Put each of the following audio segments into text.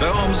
Bones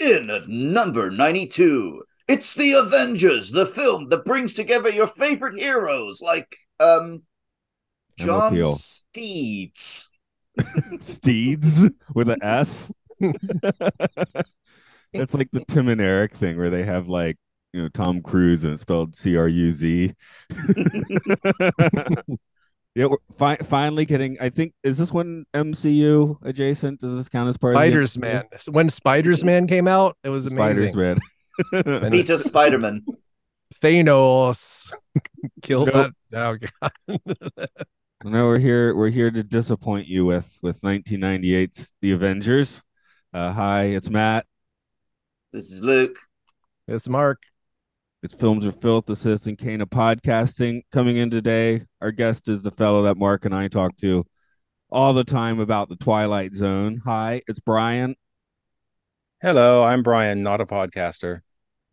In at number 92, it's The Avengers, the film that brings together your favorite heroes like um John MLPO. Steeds. Steeds with an S. That's like the Tim and Eric thing where they have like you know Tom Cruise and it's spelled C R U Z. Yeah, we're fi- finally getting. I think is this one MCU adjacent? Does this count as part Spiders of the Man. When Spiders Man came out, it was Spiders amazing. Man. And Peter Spider-Man. Thanos killed Nope. that. Oh, God. No, we're here. We're here to disappoint you with with 1998's The Avengers. Uh, hi, it's Matt. This is Luke. It's Mark. It's Films Are Filth, the Citizen Kane of podcasting. Coming in today, our guest is the fellow that Mark and I talk to all the time about the Twilight Zone. Hi, it's Brian. Hello, I'm Brian, not a podcaster.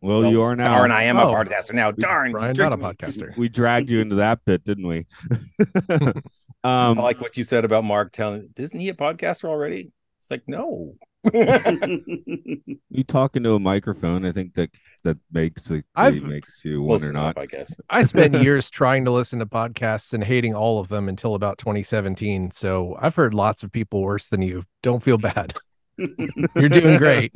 Well, Well, you are now. Darn, I am Oh. a podcaster now. Darn, Brian, you not a tricked me. podcaster. We dragged you into that bit, didn't we? um, Oh, I like what you said about Mark telling, isn't he a podcaster already? It's like, no. you talk into a microphone. I think that that makes it I've- makes you one Close or enough, not. I guess. I spent years trying to listen to podcasts and hating all of them until about 2017. So I've heard lots of people worse than you. Don't feel bad. You're doing great.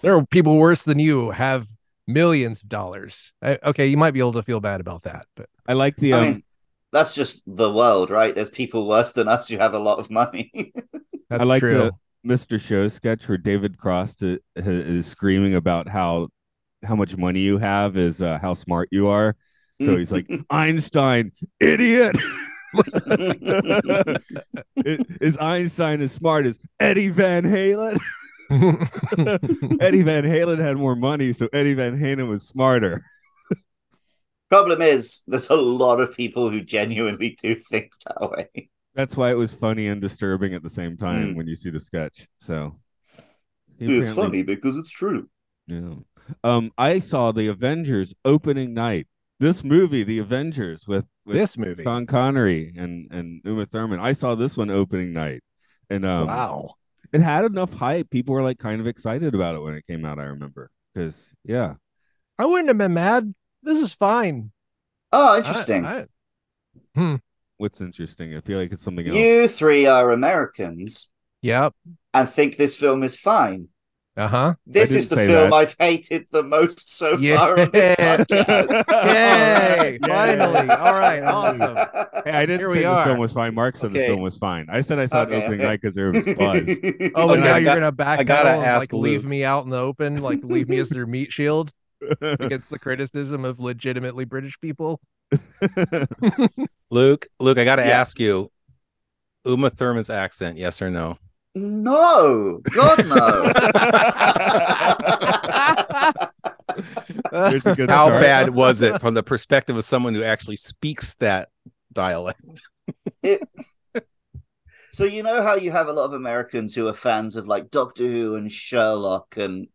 there are people worse than you have millions of dollars. I, okay, you might be able to feel bad about that, but I like the. I Um, mean, that's just the world, right? There's people worse than us who have a lot of money. that's like true. the- Mr. Show sketch where David Cross to, h- is screaming about how how much money you have is uh, how smart you are. So he's like Einstein, idiot. Is- is Einstein as smart as Eddie Van Halen? Eddie Van Halen had more money, so Eddie Van Halen was smarter. Problem is, there's a lot of people who genuinely do think that way. That's why it was funny and disturbing at the same time Mm. when you see the sketch. So he It's funny apparently- because it's true. Yeah. Um, I saw the Avengers opening night. This movie, The Avengers, with, with this movie. Sean Connery and and Uma Thurman. I saw this one opening night, and um, wow. it had enough hype. People were like kind of excited about it when it came out. I remember because yeah, I wouldn't have been mad. This is fine. Oh, I- interesting. I- what's interesting. I feel like it's something else. You three are Americans yep. and think this film is fine. Uh huh. This didn't is the say film that. I've hated the most so Yeah. far on this podcast. Yay! Finally. All right. Awesome. Hey, I didn't Here say we this are. film was fine. Mark said this Okay. film was fine. I said I saw Okay, it opening okay. night because there was buzz. Oh, and Okay, now I you're got- gonna back I gotta pedal and, like ask leave Luke. me out in the open, like leave me as their meat shield against the criticism of legitimately British people. Luke, Luke, I got to Yeah. ask you Uma Thurman's accent, yes or no? No, God no. There's a good How start. bad was it from the perspective of someone who actually speaks that dialect? so you know how you have a lot of Americans who are fans of like Doctor Who and Sherlock and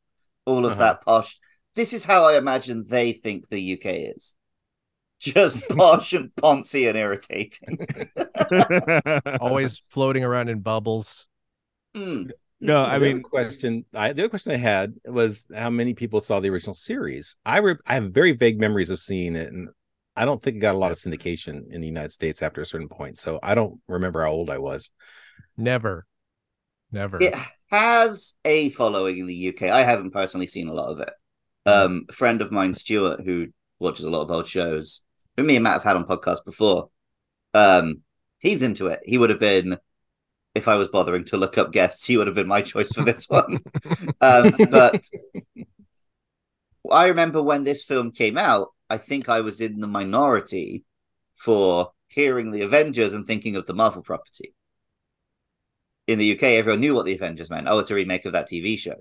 all of Uh-huh. that posh. This is how I imagine they think the UK is. Just posh and poncy and irritating. Always floating around in bubbles. Mm. No, I the mean, other question. I, the other question I had was how many people saw the original series. I re, I have very vague memories of seeing it, and I don't think it got a lot of syndication in the United States after a certain point. So I don't remember how old I was. Never. Never. It has a following in the UK. I haven't personally seen a lot of it. Um, a friend of mine, Stuart, who watches a lot of old shows, who me and Matt have had on podcasts before, um, he's into it. He would have been, if I was bothering to look up guests, he would have been my choice for this one. um, but I remember when this film came out, I think I was in the minority for hearing the Avengers and thinking of the Marvel property. in the UK, everyone knew what the Avengers meant. Oh, it's a remake of that TV show.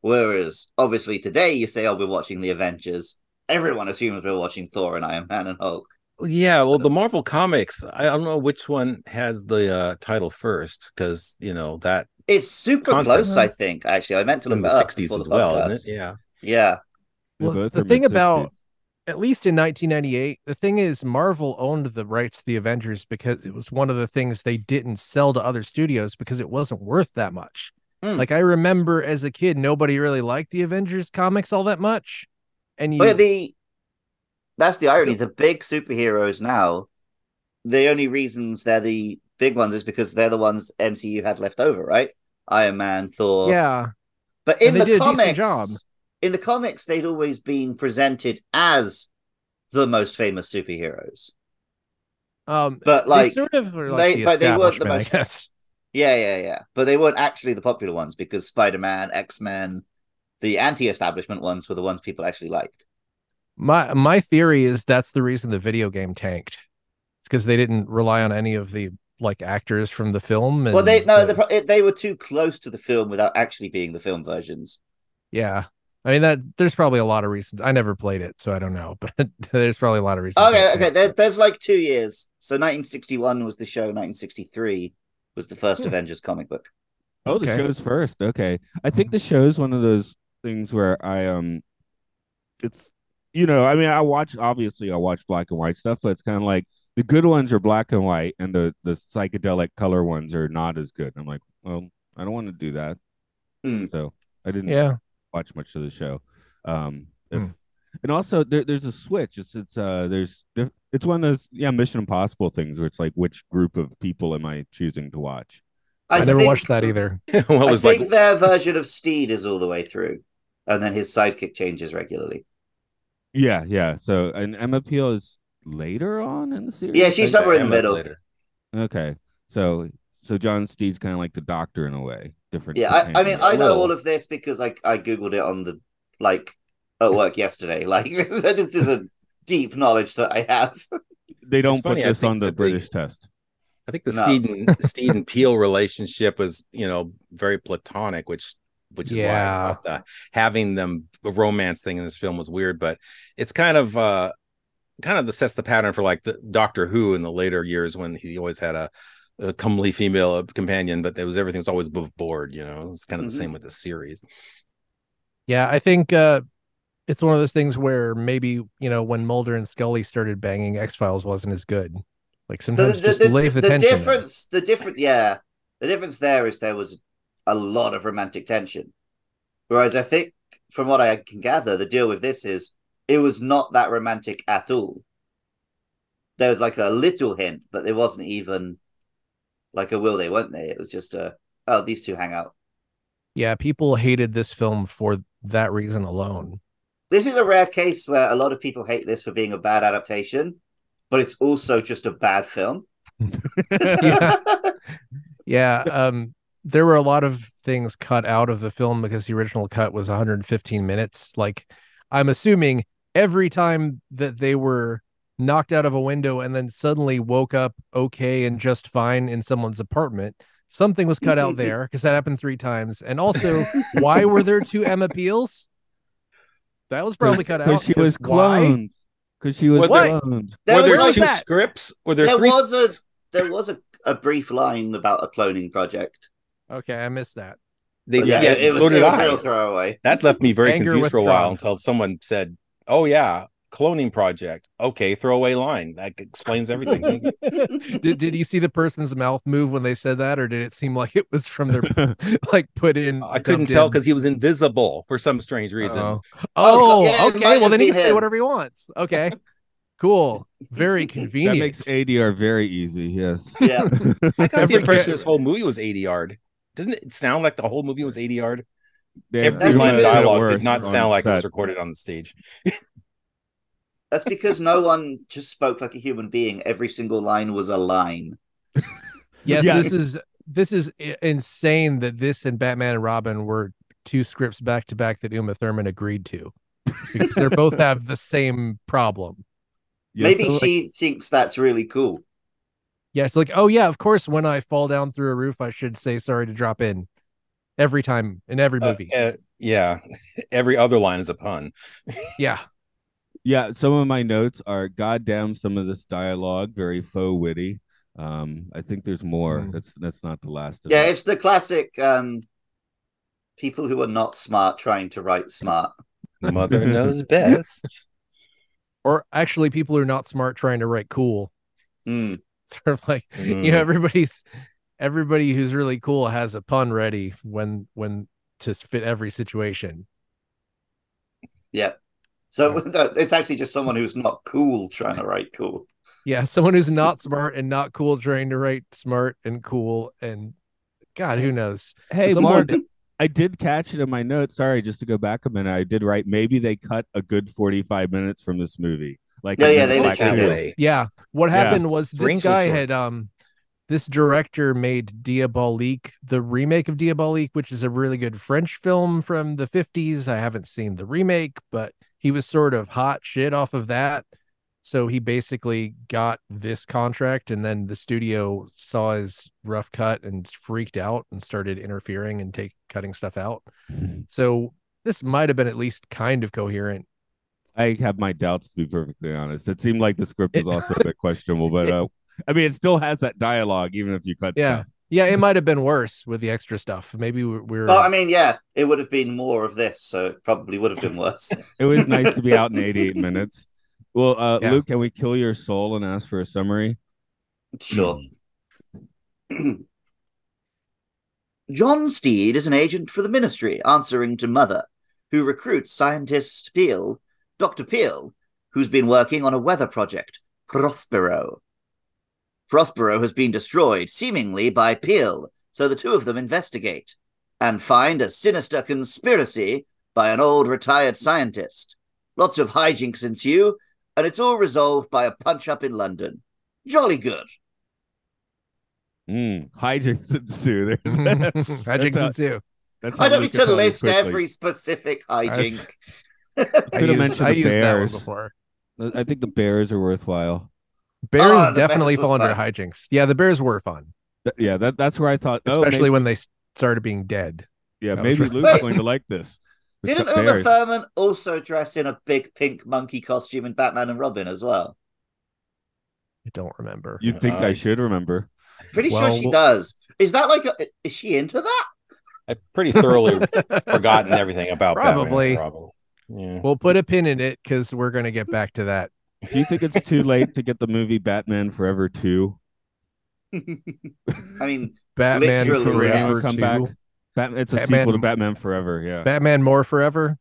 Whereas, obviously, today you say, "Oh, we're watching the Avengers." Everyone assumes we're watching Thor and Iron Man and Hulk. Yeah, well, the Marvel comics. I don't know which one has the uh, title first because you know that It's super Concept. close, I think. Actually, I meant to look in that the up sixties before as the well, podcast. isn't it? Yeah, Yeah, They're Well, both the from thing mid-sixties. about- at least in 1998 the thing is marvel owned the rights to the avengers because it was one of the things they didn't sell to other studios because it wasn't worth that much Hmm. like i remember as a kid nobody really liked the avengers comics all that much and you But the that's the irony. The big superheroes now, the only reasons they're the big ones is because they're the ones MCU had left over, right? Iron Man, Thor. yeah But And in they the did a decent comics, job. in the comics, they'd always been presented as the most famous superheroes. um But like, they sort of were like they- the but they weren't the establishment, most- i guess yeah, yeah, yeah. But they weren't actually the popular ones because Spider Man, X Men, the anti-establishment ones were the ones people actually liked. my my theory is that's the reason the video game tanked it's because they didn't rely on any of the like actors from the film and Well, they no, the- the, pro- it- they were too close to the film without actually being the film versions. Yeah. I mean that there's probably a lot of reasons. I never played it, so I don't know, but there's probably a lot of reasons. Okay, I okay. think. There, there's like two years. So 1961 was the show. 1963 was the first Hmm. Avengers comic book. Oh, the Okay. show's first. Okay. I think the show's one of those things where I um it's you know, I mean I watch obviously I watch black and white stuff, but it's kind of like the good ones are black and white and the the psychedelic color ones are not as good. I'm like, well, I don't want to do that. Hmm. So I didn't Yeah. watch much of the show. Um, if, Hmm. and also there, there's a switch. It's it's uh there's diff- it's one of those yeah Mission Impossible things where it's like which group of people am I choosing to watch? I, never think- watched that either. well, it I was like think their version of Steed is all the way through, and then his sidekick changes regularly. Yeah, yeah. So and Emma Peel is later on in the series. Yeah, she's somewhere in the Emma's middle. later. okay. So so John Steed's kind of like the doctor in a way, different. Yeah, I, I mean, companion. I know Well- all of this because I I googled it on the like at work yesterday. Like this is a deep knowledge that I have. they don't It's put funny, I this think on the that they- British test. I think the No. Steed and Steed and Peel relationship was, you know, very platonic, which which is Yeah. why I thought the, having them the romance thing in this film was weird, but it's kind of uh kind of the sets the pattern for like the Doctor Who in the later years when he always had a, a comely female uh, companion, but there was everything was always above board, you know. It's kind Mhm. of Mm-hmm. the same with the series. Yeah, I think uh it's one of those things where maybe, you know, when Mulder and Scully started banging, X Files wasn't as good. Like The, sometimes the, just the- leave the, the tension. there. difference, the difference, yeah, the difference there is there was a lot of romantic tension. Whereas I think, from what I can gather, the deal with this is it was not that romantic at all. There was like a little hint, but there wasn't even like a will they, won't they? It was just a oh, these two hang out. Yeah, people hated this film for that reason alone. This is a rare case where a lot of people hate this for being a bad adaptation, but it's also just a bad film. Yeah. Yeah. Um, there were a lot of things cut out of the film because the original cut was 115 minutes. Like, I'm assuming every time that they were knocked out of a window and then suddenly woke up okay and just fine in someone's apartment, something was cut out there because that happened three times. And also, why were there two Emma Peels? That was probably cut out. because she was why? cloned. Because she was Well, they- cloned. There were was there like two that. scripts? Were there, there three was a there was a, a brief line about a cloning project. Okay, I missed that. they, But yeah, it was, so it did was I. real throwaway. That left me very Anger confused for a while withdrawn. until someone said, "Oh yeah, cloning project. Okay, throwaway line. That explains everything." Thank you. did, did you see the person's mouth move when they said that, or did it seem like it was from their like put in? I couldn't dubbed tell in? because he was invisible for some strange reason. Oh, Oh, oh, yeah, it might okay. Well, have then he been can say him. whatever he wants. Okay, cool. Very That convenient. makes ADR very easy. Yes. Yeah, I got the Every impression kid- this whole movie was ADR'd. Didn't it sound like the whole movie was ADR'd? They- Every they Everyone wanted line of to is do dialogue worse did not on sound like it was set. recorded on the stage. that's because no one just spoke like a human being. Every single line was a line. yes, Yeah. this is this is i- insane that this and Batman and Robin were two scripts back to back that Uma Thurman agreed to because they both have the same problem. Yeah, Maybe so, like, she thinks that's really cool. Yeah, it's like, oh yeah, of course. When I fall down through a roof, I should say sorry to drop in every time in every Uh, movie. uh, yeah, every other line is a pun. yeah, Yeah, some of my notes are goddamn some of this dialogue, very faux witty. Um, I think there's more. Mm. That's that's not the last of Yeah, it. it's the classic um people who are not smart trying to write smart. Mother knows best. or actually, people who are not smart trying to write cool. Mm. Sort of like you Mm. know, everybody's everybody who's really cool has a pun ready when when to fit every situation. So it's actually just someone who's not cool trying to write cool. Yeah, someone who's not smart and not cool trying to write smart and cool and God, who knows? Hey, Someone Mark, did- I did catch it in my notes. Sorry, just to go back a minute, I did write maybe they cut a good 45 minutes from this movie. Like, Yeah, in yeah, the they Black That literally Hole. did. way. Yeah, what Yeah. happened was this Strangely guy short. had um this director made Diabolique, the remake of Diabolique, which is a really good French film from the 50s. I haven't seen the remake, but he was sort of hot shit off of that. So he basically got this contract and then the studio saw his rough cut and freaked out and started interfering and take cutting stuff out. So this might have been at least kind of coherent. I have my doubts to be perfectly honest. It seemed like the script was also a bit questionable, but uh, I mean, it still has that dialogue, even if you cut. Yeah. stuff. Yeah, it might have been worse with the extra stuff. Maybe we- we're Well, I mean, yeah, it would have been more of this, so it probably would have been worse. It was nice to be out in 88 minutes. Well, uh, Yeah. Luke, can we kill your soul and ask for a summary? Sure. John Steed is an agent for the ministry, answering to Mother, who recruits scientist Peel, Dr. Peel, who's been working on a weather project, Prospero. Prospero has been destroyed, seemingly by Peel, so the two of them investigate and find a sinister conspiracy by an old retired scientist. Lots of hijinks ensue, and it's all resolved by a punch up in London. Jolly good. Mm, hijinks ensue. There's that. hijinks how- ensue. That's I how don't we need can to tell you list quickly. every specific hijink. I Could've used, mentioned I the used that one bears. before. I think the bears are worthwhile. Bears Oh, Ah, the definitely bears fall were under hijinks. Yeah, the bears were fun, Th- yeah, that, that's where I thought. oh, especially maybe- when they s- started being dead. yeah, that was maybe right. Luke's Wait. going to like this. We Didn't cut Uma bears. Thurman also dress in a big pink monkey costume in Batman and Robin as well? I don't remember. You think I Uh, should remember? Pretty Well, sure she well- does. Is that like a, is she into that? I pretty thoroughly forgotten everything about Probably. Batman. Probably. Yeah. we'll put a pin in it because we're gonna get back to that. Do you think it's too late to get the movie Batman Forever 2? I mean, Batman Literally, Forever yes. Come two. back. Bat- it's a sequel to Batman- Batman Forever. Yeah. Batman more forever.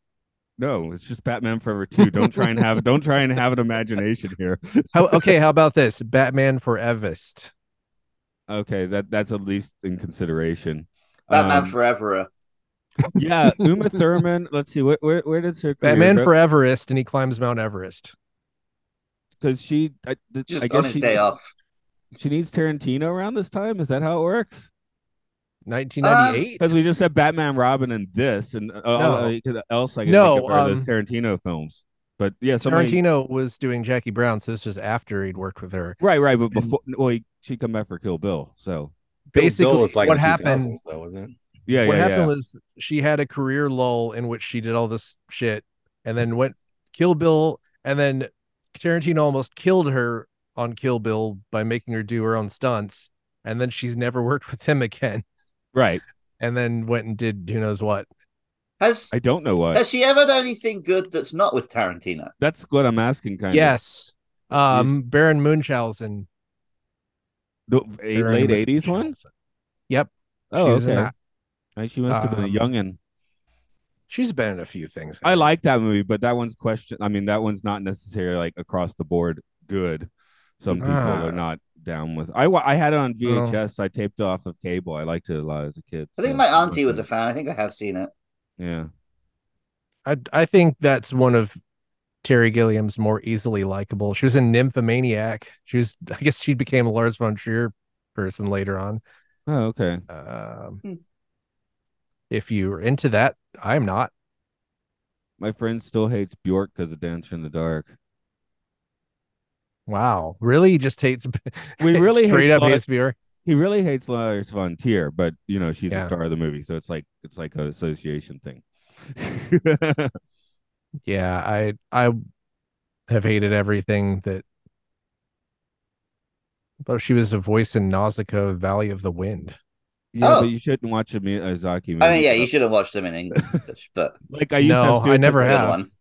no, it's just Batman Forever 2. Don't try and have don't try and have an imagination here. How, okay, how about this? Batman Forevest. Okay, that that's at least in consideration. Batman Um, Forever. uh, yeah, Uma Thurman. Let's see, where where, where did her career Batman Foreverest, and he climbs Mount Everest. Because she, I, th- Just I on guess his she day needs, off. She needs Tarantino around this time. Is that how it works? 1998. Because we just said Batman, Robin, and this, and uh, all- No. uh, else I can No, think of are those um, Tarantino films. But yeah, Um, somebody, Tarantino was doing Jackie Brown, so this was after he'd worked with her. Right, right. But and- before, well, he, she come back for Kill Bill. So Bill- Basically, Bill was like what in the happened 2000s though, wasn't it? yeah, what yeah, happened yeah. was she had a career lull in which she did all this shit and then went Kill Bill and then Tarantino almost killed her on Kill Bill by making her do her own stunts and then she's never worked with him again right. and then went and did who knows what. Has I don't know what. has she ever done anything good that's not with Tarantino? That's what I'm asking. Kind of. yes. Um Baron Munchausen. The eight, Baron late '80s one. Munchausen. Yep. Oh, she was in okay. that. Like, She must have been a Um, youngin. She's been in a few things. I like that movie, but that one's question. I mean, that one's not necessarily like across the board good. Some people Ah. Oh. are not down with. I wa- I had it on Well. VHS. I taped off of cable. I liked it a lot as a kid. I think so my it must auntie was a have- fan. I think I have seen it. Yeah. I I think that's one of Terry Gilliam's more easily likable. She was in Nymphomaniac. She was, I guess, she became a Lars von Trier person later on. Oh, okay. Um, Hmm. If you're into that, I'm not. My friend still hates Bjork because of Dancer in the Dark. Wow. Really? He just hates We really straight hate up Lars- hates Bjork. He really hates Lars von Trier, but you know she's Yeah. the star of the movie, so it's like it's like an association thing. Yeah, I I have hated everything that but she was a voice in Nausicaa Valley of the Wind. yeah, Oh. but you shouldn't watch a Miyazaki movie. I mean, yeah, you so- should have watched them in English, but Like I used to. No, Have I students- never good have. one.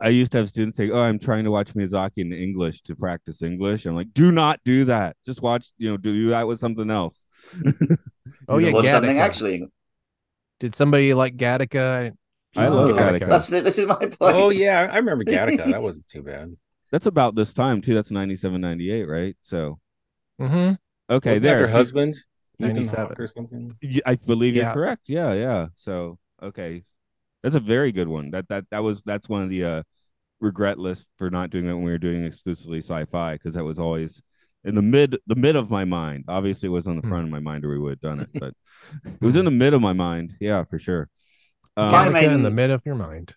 I used to have students say, "Oh, I'm trying to watch Miyazaki in English to practice English." I'm like, "Do not do that. Just watch. You know, do that with something else." Oh You yeah, know, Or Gattaca. something actually. Did somebody like I Gattaca? She's love in Gattaca. Oh, That's this is my point. Oh yeah, I remember Gattaca. that wasn't too bad. That's about this time too. That's 97, 98, right? So Mhm. Um, okay, Wasn't that there. her She- husband, Ethan 97. Hawke or something. y- I believe you're Yeah. correct. Yeah, yeah. So okay, that's a very good one. That that that was that's one of the uh, regret lists for not doing that when we were doing exclusively sci-fi because that was always in the mid the mid of my mind. Obviously, it was on the Hmm. front of my mind, or we would have done it. But it was in the mid of my mind. Yeah, for sure. Mine Um, Gattaca in made- the mid of your mind.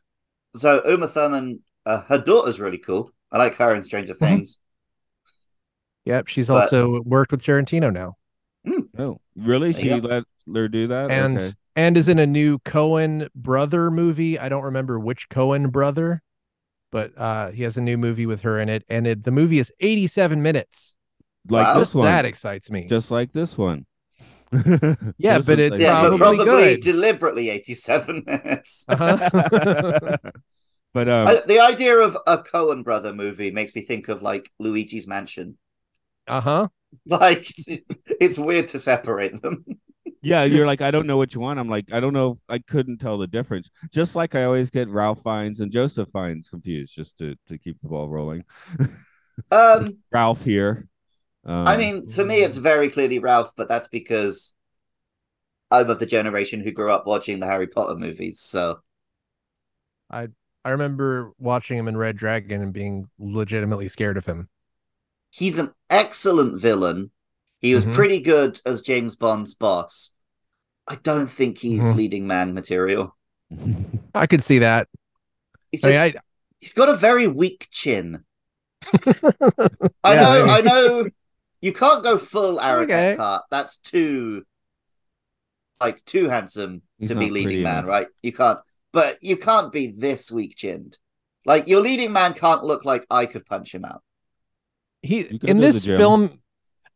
So Uma Thurman, uh, her daughter's really cool. I like her in Stranger Things. Yep, she's But- also worked with Tarantino now. oh, really? She Yeah. let her do that? And okay. and is in a new Cohen brother movie. I don't remember which Cohen brother, but uh he has a new movie with her in it and it, the movie is 87 minutes. like Wow. this one, That excites me. just like this one. Yeah, This but one's it's like- Yeah, but Probably probably good. deliberately 87 minutes. Uh-huh. but um, I- the idea of a Cohen brother movie makes me think of like Luigi's Mansion. uh-huh. Like it's weird to separate them. yeah, you're like, I don't know what you want. I'm like, I don't know. I couldn't tell the difference. Just like I always get Ralph Fiennes and Joseph Fiennes confused, just to to keep the ball rolling. Um, Ralph here. Um, I mean, for me, it's very clearly Ralph, but that's because I'm of the generation who grew up watching the Harry Potter movies. So I remember watching him in Red Dragon and being legitimately scared of him. he's an excellent villain. He was Mm-hmm. Mhm. pretty good as James Bond's boss. I don't think he's Mm-hmm. Mhm. leading man material. I could see that. He's Oh, I just, mean, I, he's got a very weak chin. I Yeah, know, I- I know. You can't go full Aaron Okay. Eckhart. That's too, like, too handsome He's to be not pretty leading man, enough. right? You can't, but you can't be this weak chinned. Like, your leading man can't look like I could punch him out. he You go in to the this gym. film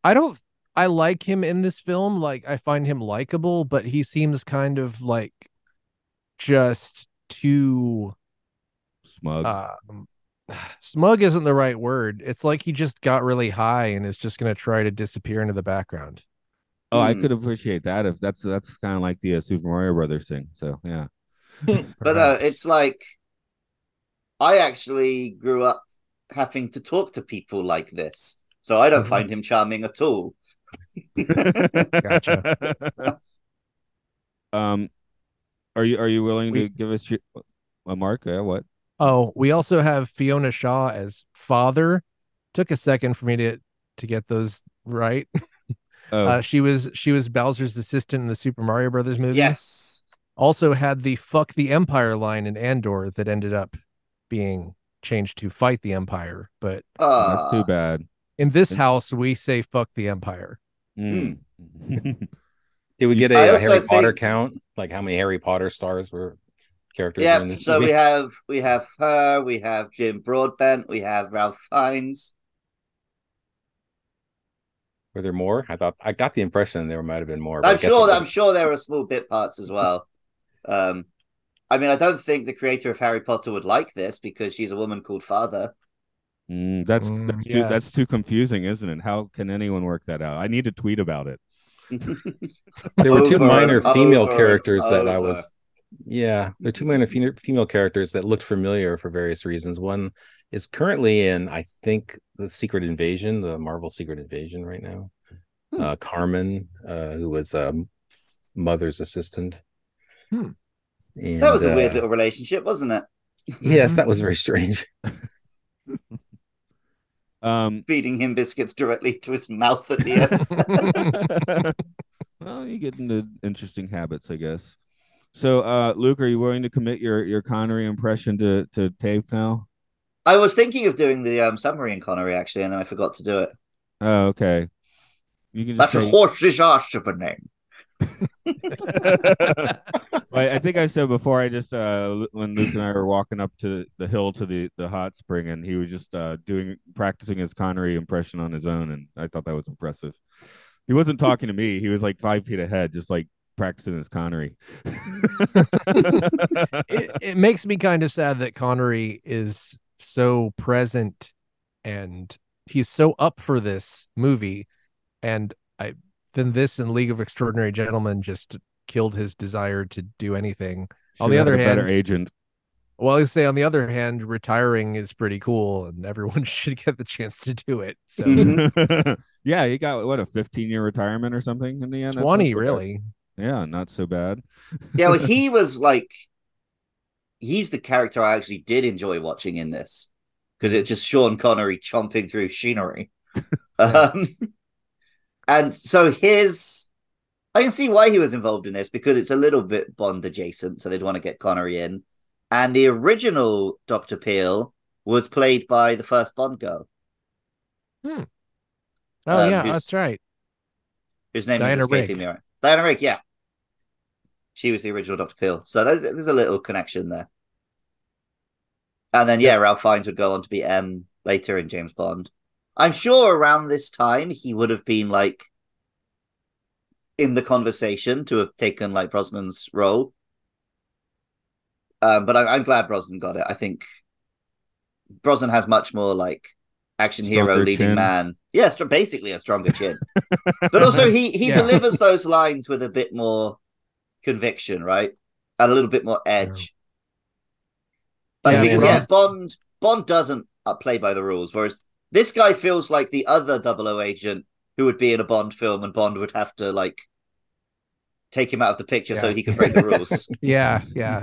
i don't i like him in this film like i find him likable but he seems kind of like just too smug. uh, um, smug isn't the right word it's like he just got really high and is just going to try to disappear into the background oh, I hmm. could appreciate that if that's that's kind of like the uh, Super Mario Brothers thing. So yeah, But uh, Perhaps. it's like, I actually grew up having to talk to people like this. So I don't Mm-hmm. Mhm. find him charming at all. gotcha. um, are you are you willing We- to give us your, a mark? Yeah, what? oh we also have fiona shaw as father took a second for me to to get those right Oh, uh, she was she was bowser's assistant in the super mario brothers movie Yes. also had the fuck the empire line in andor that ended up being changed to fight the empire but that's too Uh, bad. in this And- house we say fuck the empire hmm. Mm. Did we get I a, uh also Harry Potter think- count? Like how many Harry Potter stars were characters? were in yeah. this So movie? we have we have her. We have Jim Broadbent. We have Ralph Fiennes. were there more? I thought I got the impression there might have been more. but I I'm guess sure. it I'm was- sure there are small bit parts as well. Um, I mean, I don't think the creator of Harry Potter would like this because she's a woman called Father. Mm, that's Mm, that's too that's yes. too confusing, isn't it? How can anyone work that out? I need to tweet about it. there were two Over minor and female over and characters that I over. was. Yeah, there are two minor fe- female characters that looked familiar for various reasons. One is currently in, I think, the Secret Invasion, the Marvel Secret Invasion, right now. Hmm. Uh, Carmen, uh, who was um, mother's assistant. Hmm. And, That was a uh, weird little relationship, wasn't it? Mm-hmm. Yes, that was very strange. Um, Feeding him biscuits directly to his mouth at the end. well, you get into interesting habits, I guess. So, uh, Luke, are you willing to commit your your Connery impression to to tape now? I was thinking of doing the um, submarine Connery actually, and then I forgot to do it. Oh, okay. You can just That's a say, horse's ass of a name. But I think I said before. I just uh, Lu- when Luke and I were walking up to the hill to the the hot spring, and he was just uh, doing practicing his Connery impression on his own, and I thought that was impressive. He wasn't talking to me. He was like five feet ahead, just like practicing his Connery. it, it makes me kind of sad that Connery is so present and he's so up for this movie. And I then this and League of Extraordinary Gentlemen just killed his desire to do anything. On the Should've had other a better hand- agent. Well, I say on the other hand, retiring is pretty cool and everyone should get the chance to do it. Mm-hmm. So yeah, he got what a 15 year retirement or something in the end. That's not 20 so bad. really. Yeah, not so bad. Yeah, well, he was like, he's the character I actually did enjoy watching in this because it's just Sean Connery chomping through scenery. um, and so his, I can see why he was involved in this because it's a little bit Bond adjacent, so they'd want to get Connery in. And the original Doctor Peel was played by the first Bond girl, Oh Um, yeah, he's- that's right. whose name Diana is escaping Rigg. me. Right, Diana Rigg, yeah. She was the original Doctor Peel, so there's there's a little connection there. And then yeah, Ralph Fiennes would go on to be M later in James Bond. I'm sure around this time he would have been like in the conversation to have taken like Brosnan's role. Um, but I, I'm glad Brosnan got it. I think Brosnan has much more like action hero Stronger leading chin. man. Yeah, str- basically a stronger chin. but also he he Yeah. delivers those lines with a bit more conviction, right? And a little bit more edge. Like Yeah, because Bros- yeah, Bond Bond doesn't uh, play by the rules, whereas this guy feels like the other 00 agent who would be in a Bond film, and Bond would have to like take him out of the picture so Yeah. he can break the rules. Yeah, yeah.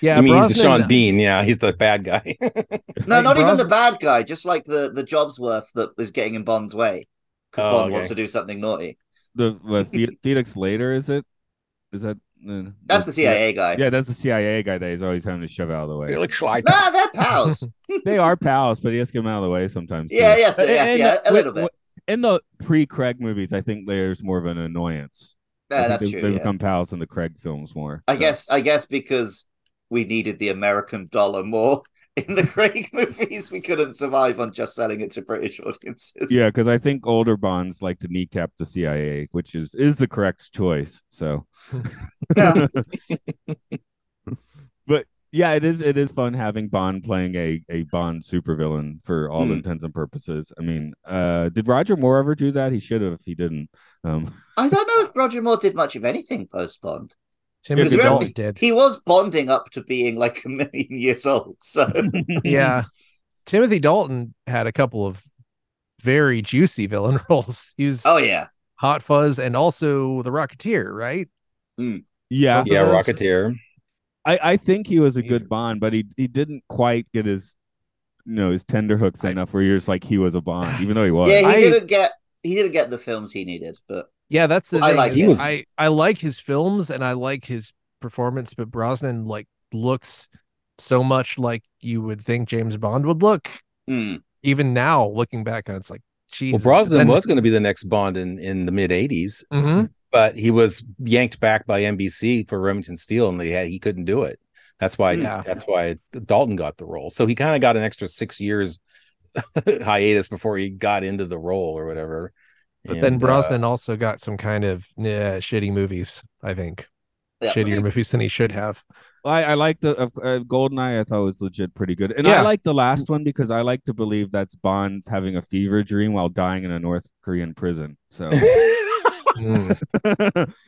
Yeah, I mean, he's the Brosnan- Sean Bean. Yeah, he's the bad guy. no, Like not even Bros- the bad guy, just like the the Jobsworth that is getting in Bond's way because Oh, Bond okay. wants to do something naughty. The what, Fe- Felix later is it? Is that uh, That's the CIA guy. Yeah, that's the CIA guy that he's always having to shove out of the way. Felix Leiter. Nah, they're pals. they are pals, but he has to get him out of the way sometimes. Yeah, too. yes, And- yeah, and, yeah, uh, a with- little bit. with- In the pre Craig movies, I think there's more of an annoyance. I Nah, think that's they, true. They yeah. become pals in the Craig films more. I so. guess I guess because we needed the American dollar more in the Craig movies, we couldn't survive on just selling it to British audiences. Yeah, because I think older Bonds like to kneecap the CIA, which is is the correct choice. So, Yeah. but yeah, it is it is fun having Bond playing a a Bond supervillain for all Hmm. intents and purposes. I mean, uh, did Roger Moore ever do that? He should have. if He didn't. Um, I don't know if Roger Moore did much of anything post Bond. Timothy Yeah, 'cause Dalton remember- did. He was bonding up to being like a million years old. So yeah. Timothy Dalton had a couple of very juicy villain roles. He was oh yeah. Hot Fuzz and also The Rocketeer, right? yeah, Both of Yeah, those- Rocketeer. I, I think he was a Amazing. good Bond, but he he didn't quite get his you know his tender hooks I- enough where you're just like he was a Bond, even though he was. Yeah, he I- didn't get he didn't get the films he needed, but Yeah, that's the I thing. like is him. I, I like his films and I like his performance, but Brosnan like looks so much like you would think James Bond would look. Hmm. Even now, looking back on it, it's like, Well, Jesus. Brosnan And- was going to be the next Bond in, in the mid 80s, Mhm. but he was yanked back by NBC for Remington Steele and they had, he couldn't do it. That's why Yeah. that's why Dalton got the role. So he kind of got an extra 6 years hiatus before he got into the role or whatever. But then And, uh, Brosnan also got some kind of nah, shitty movies, I think. yeah. Shittier movies than he should have. I, I like the uh, uh, Goldeneye. I thought was legit pretty good, and I Yeah. like the last one because I like to believe that's Bond having a fever dream while dying in a North Korean prison. So Mm.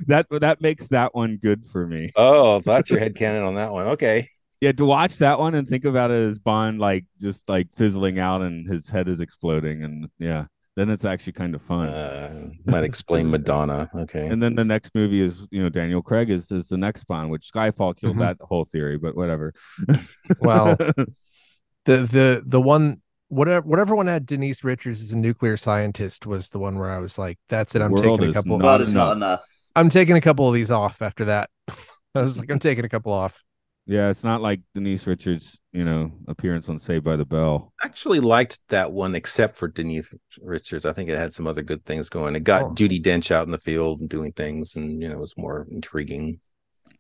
that that makes that one good for me. oh, so that's your head cannon on that one. Okay. Yeah, to watch that one and think about it as Bond like just like fizzling out and his head is exploding, and yeah, then it's actually kind of fun. Uh, might explain Madonna. Okay. And then the next movie is, you know, Daniel Craig is, is the next Bond, which Skyfall killed Mhm. that whole theory, but whatever. Well, the the the one whatever whatever one had Denise Richards as a nuclear scientist was the one where I was like, that's it. I'm World taking a is couple. not Well, it's not enough. I'm taking a couple of these off after that. I was like, I'm taking a couple off. Yeah, it's not like Denise Richards, you know, appearance on Saved by the Bell. actually liked that one except for Denise Richards. I think it had some other good things going. It got Oh. Judy Dench out in the field and doing things, and you know, it was more intriguing.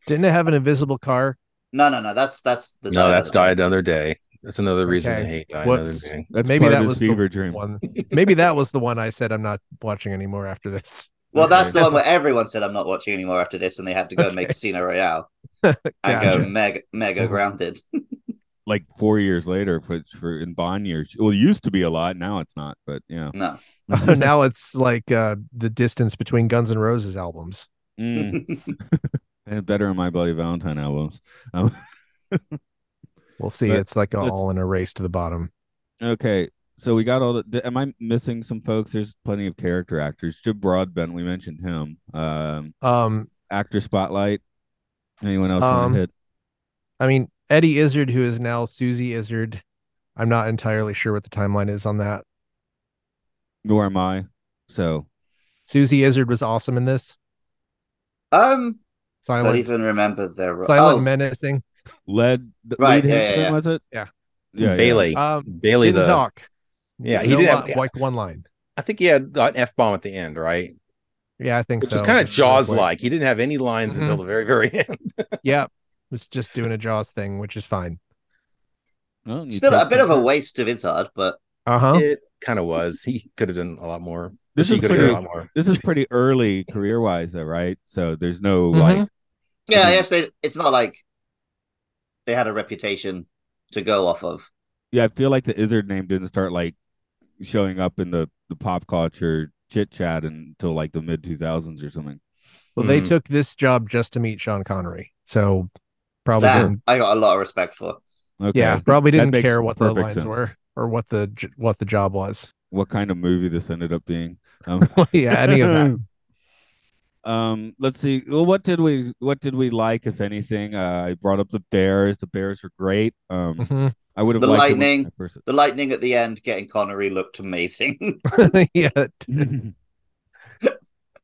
Didn't it have an invisible car? No, no, no. That's that's the no, dialogue. that's Die Another Day. That's another reason I Okay. hate Die Whoops. Another Day. That's Maybe part that of his was the fever dream. One. Maybe that was the one I said I'm not watching anymore after this. Well, Okay. that's the one where everyone said I'm not watching anymore after this, and they had to go and make Casino Royale and Gotcha. go mega mega Mhm. grounded. Like four years later, for, for in Bond years. Well, it used to be a lot. Now it's not. But Mm-hmm. yeah. No, now it's like uh, the distance between Guns N' Roses albums. Mm. Hmm. And better on my Bloody Valentine albums. Um, We'll see. But it's like a, let's- all in a race to the bottom. okay, so we got all the. d- Am I missing some folks? There's plenty of character actors. Jib Broadbent, we mentioned him. Um, Um, actor spotlight. Anyone else Um, want to hit? I mean, Eddie Izzard, who is now Susie Izzard. I'm not entirely sure what the timeline is on that. Nor am I. So Susie Izzard was awesome in this. um, I don't Silent, even remember their ro- silent oh, menacing. led. the Right, lead yeah, yeah, henchman, yeah. Was it? Yeah. Yeah. yeah. Bailey, Um, Bailey, didn't the talk. yeah, he No did li- have. like one line. I think he had an f bomb at the end, right? Yeah, I think Which so. was kind of Just real Jaws quick. like. He didn't have any lines until Mm-hmm. the very, very end. Yeah, was just doing a Jaws thing, which is fine. Well, you still a took- bit of a waste of his art, but Uh huh. It kind of was. He could have done a lot more. This She is could have done a pretty. lot more. This is pretty early career wise, though, right? So there's no Mhm. like. yeah, Mhm. yes, they. It's not like they had a reputation to go off of. Yeah, I feel like the Izzard name didn't start like showing up in the the pop culture chit chat until like the mid 2000s or something. Well, they Mhm. took this job just to meet Sean Connery, so probably That didn't, I got a lot of respect for. Okay. yeah, probably That didn't makes care what the perfect lines sense. were or what the j- what the job was. What kind of movie this ended up being? Um, yeah, any of that. um, let's see. Well, what did we what did we like, if anything? Uh, I brought up the Bears. The Bears were great. Um, Mhm. I would have The liked it when Lightning. I first- The lightning at the end getting Connery looked amazing. yeah, it-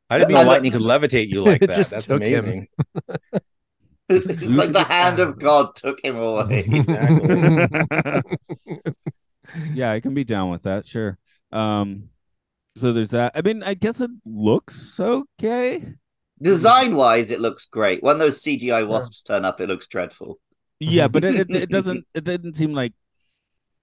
I didn't I know like- lightning could levitate you like It that. just That's took him. amazing. It's like the hand of God took him away. Exactly. yeah, I can be down with that. Sure. Um, so there's that. I mean, I guess it looks okay. Design wise, it looks great. When those CGI wasps turn up, it looks dreadful. Yeah, but it, it, it doesn't it didn't seem like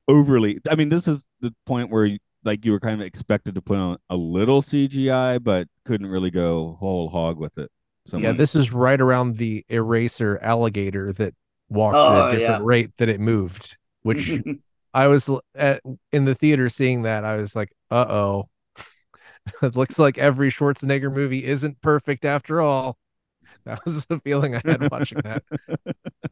overly. I mean, this is the point where you, like you were kind of expected to put on a little CGI, but couldn't really go whole hog with it. So yeah. This is right around the eraser alligator that walked Oh, at a different rate that it moved, which I was l- at, in the theater seeing that. I was like, uh oh. it looks like every Schwarzenegger movie isn't perfect after all. That was the feeling I had watching that. I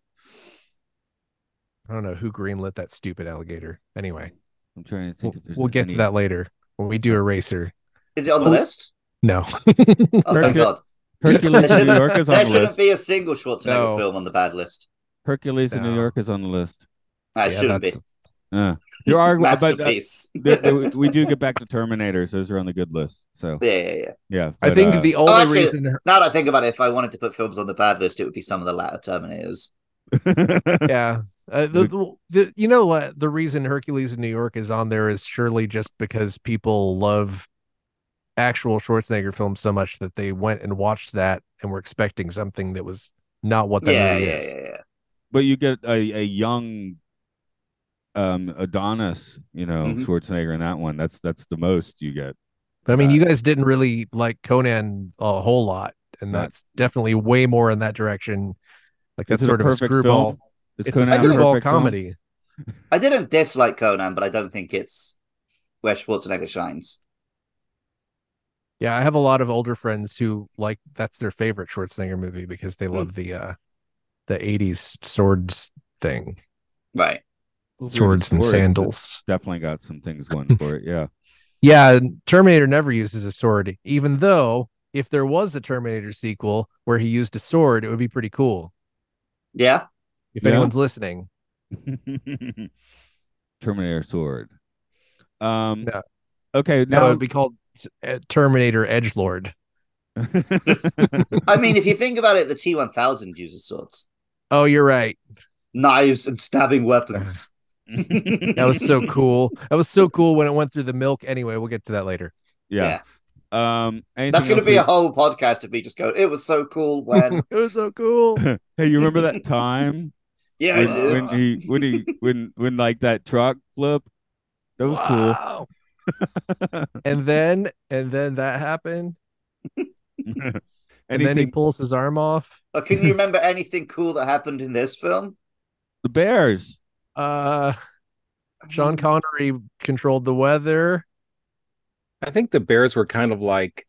don't know who greenlit that stupid alligator. Anyway, I'm trying to we'll, think if there's we'll get to any- that later when we do Eraser. Is it on the Oh, list? No. Oh, thank Hercules- God. Hercules There in New shouldn't- York is on There the shouldn't list. be a single Schwarzenegger No. film on the bad list. Hercules in New No. York is on the list. Ah, It Yeah, shouldn't be. that's- Uh, there are, but uh, Masterpiece. there- there- we- we do get back to Terminators. Those are on the good list. So Yeah, yeah, yeah. yeah, I but, think uh, the only actually- reason her- Now that I think about it, if I wanted to put films on the bad list, it would be some of the latter Terminators. yeah. Uh, the, Would- the, the- you know what? The reason Hercules in New York is on there is surely just because people love actual Schwarzenegger films so much that they went and watched that and were expecting something that was not what that Yeah, movie yeah, is. yeah, yeah. but you get a, a young um Adonis, you know, Mhm. Schwarzenegger in that one. That's that's the most you get. But, I mean, Uh, you guys didn't really like Conan a whole lot, and No. that's definitely way more in that direction. Like Is that's it sort a of a perfect screwball. film? Is It's Conan a a screwball perfect film? comedy. I didn't dislike Conan, but I don't think it's where Schwarzenegger shines. Yeah, I have a lot of older friends who like that's their favorite Schwarzenegger movie because they love the uh the 80s swords thing. Right. Weird Swords and Swords, sandals. Definitely got some things going for it. Yeah. Yeah, and Terminator never uses a sword, even though if there was a Terminator sequel where he used a sword, it would be pretty cool. Yeah. If Yeah. anyone's listening. Terminator sword. Um No. okay, Now it now would be called uh, Terminator Edgelord. I mean, if you think about it, the T1000 uses swords. Oh, you're right. Knives and stabbing weapons. That was so cool. That was so cool when it went through the milk. Anyway, we'll get to that later. Yeah. Um. anything That's going to else be we- a whole podcast if we just go. It was so cool when. It was so cool. hey, you remember that time yeah, when, I do. when he when he when when like that truck flip? That was cool. Wow. and then and then that happened. Anything? And then he pulls his arm off. Uh, Can you remember anything cool that happened in this film? the Bears. Uh Sean Connery controlled the weather. I think the Bears were kind of like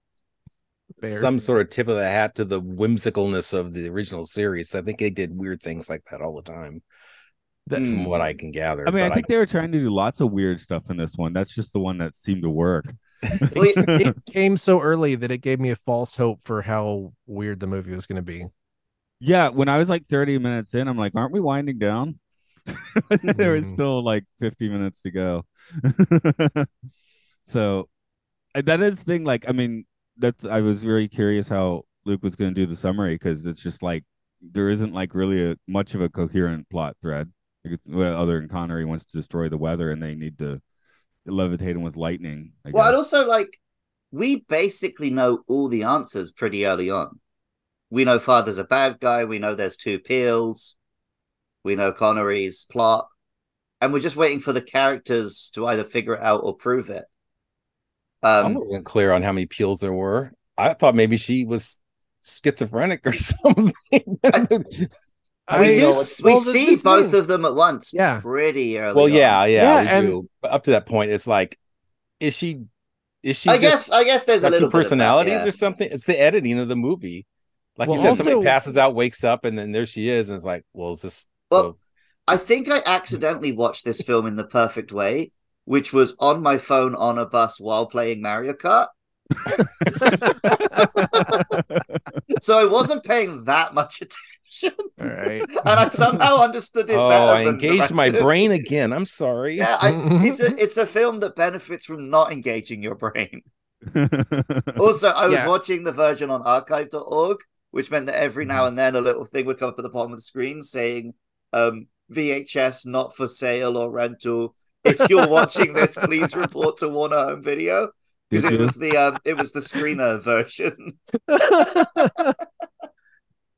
Bears. some sort of tip of the hat to the whimsicalness of the original series. I think they did weird things like that all the time, That- from what I can gather. Hmm. I mean, I but think they were trying to do lots of weird stuff in this one. That's just the one that seemed to work. Well, it came so early that it gave me a false hope for how weird the movie was going to be. Yeah, when I was like 30 minutes in, I'm like, aren't we winding down? there was Mhm. still like 50 minutes to go. so and that is the thing. Like, I mean, that's I was very curious how Luke was going to do the summary because it's just like there isn't like really a, much of a coherent plot thread. Like, it's- well, other than Connery wants to destroy the weather and they need to levitate him with lightning. I well, guess. and also like we basically know all the answers pretty early on. We know Father's a bad guy. We know there's two Peels. We know Connery's plot, and we're just waiting for the characters to either figure it out or prove it. I Um, wasn't clear on how many peels there were. I thought maybe she was schizophrenic or something. I we mean, do. know s- it's- we well, this- see this both thing- of them at once. Yeah. Pretty early. Well, on. yeah, Yeah, yeah, we and- do. But up to that point, it's like, is she? Is she? I just guess. I guess there's a got little two personalities Bit of that, yeah. or something? It's the editing of the movie. Like Well, you said, also- somebody passes out, wakes up, and then there she is, and it's like, well, is this? Well, the- I think I accidentally watched this film in the perfect way, which was on my phone on a bus while playing Mario Kart. so I wasn't paying that much attention, All right. and I somehow understood it oh, better. I than the engaged rest my of it. brain again. I'm sorry. Yeah, I, it's a it's a film that benefits from not engaging your brain. Also, I was Yeah. watching the version on archive.org, which meant that every now and then a little thing would come up at the bottom of the screen saying um, VHS not for sale or rental. If you're watching this, please report to Warner Home Video. Because Did it you? was the um, it was the screener version.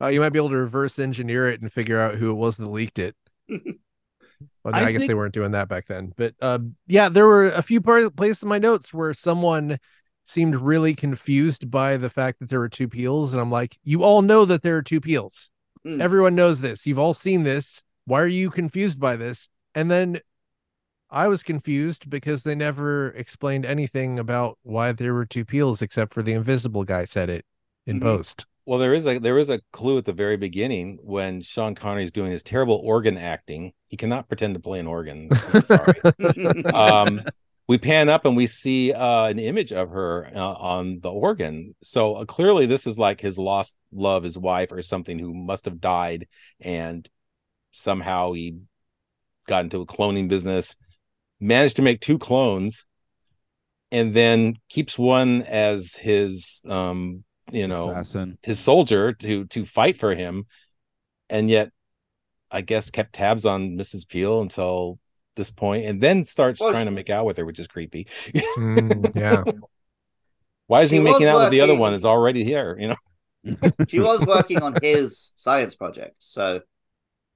oh, you might be able to reverse engineer it and figure out who it was that leaked it. Well, no, I I, guess they think- weren't doing that back then. But um, yeah, there were a few par- places in my notes where someone seemed really confused by the fact that there were two peels. And I'm like, you all know that there are two peels. Hmm. Mm. Everyone knows this. You've all seen this. Why are you confused by this? And then I was confused because they never explained anything about why there were two peels except for the invisible guy said it in Mhm. Mm-hmm. post. Well, there is a there is a clue at the very beginning when Sean Connery is doing his terrible organ acting. He cannot pretend to play an organ. I'm sorry. um, we pan up and we see uh, an image of her uh, on the organ. So uh, clearly, this is like his lost love, his wife, or something who must have died, and somehow he got into a cloning business, managed to make two clones, and then keeps one as his, um, you know, assassin. his soldier to to fight for him, and yet, I guess kept tabs on Mrs. Peel until this point, and then starts Well, trying to she- make out with her, which is creepy. Mm, yeah. Why is She he making was out with the other working- one? Is already here, you know. she was working on his science project, so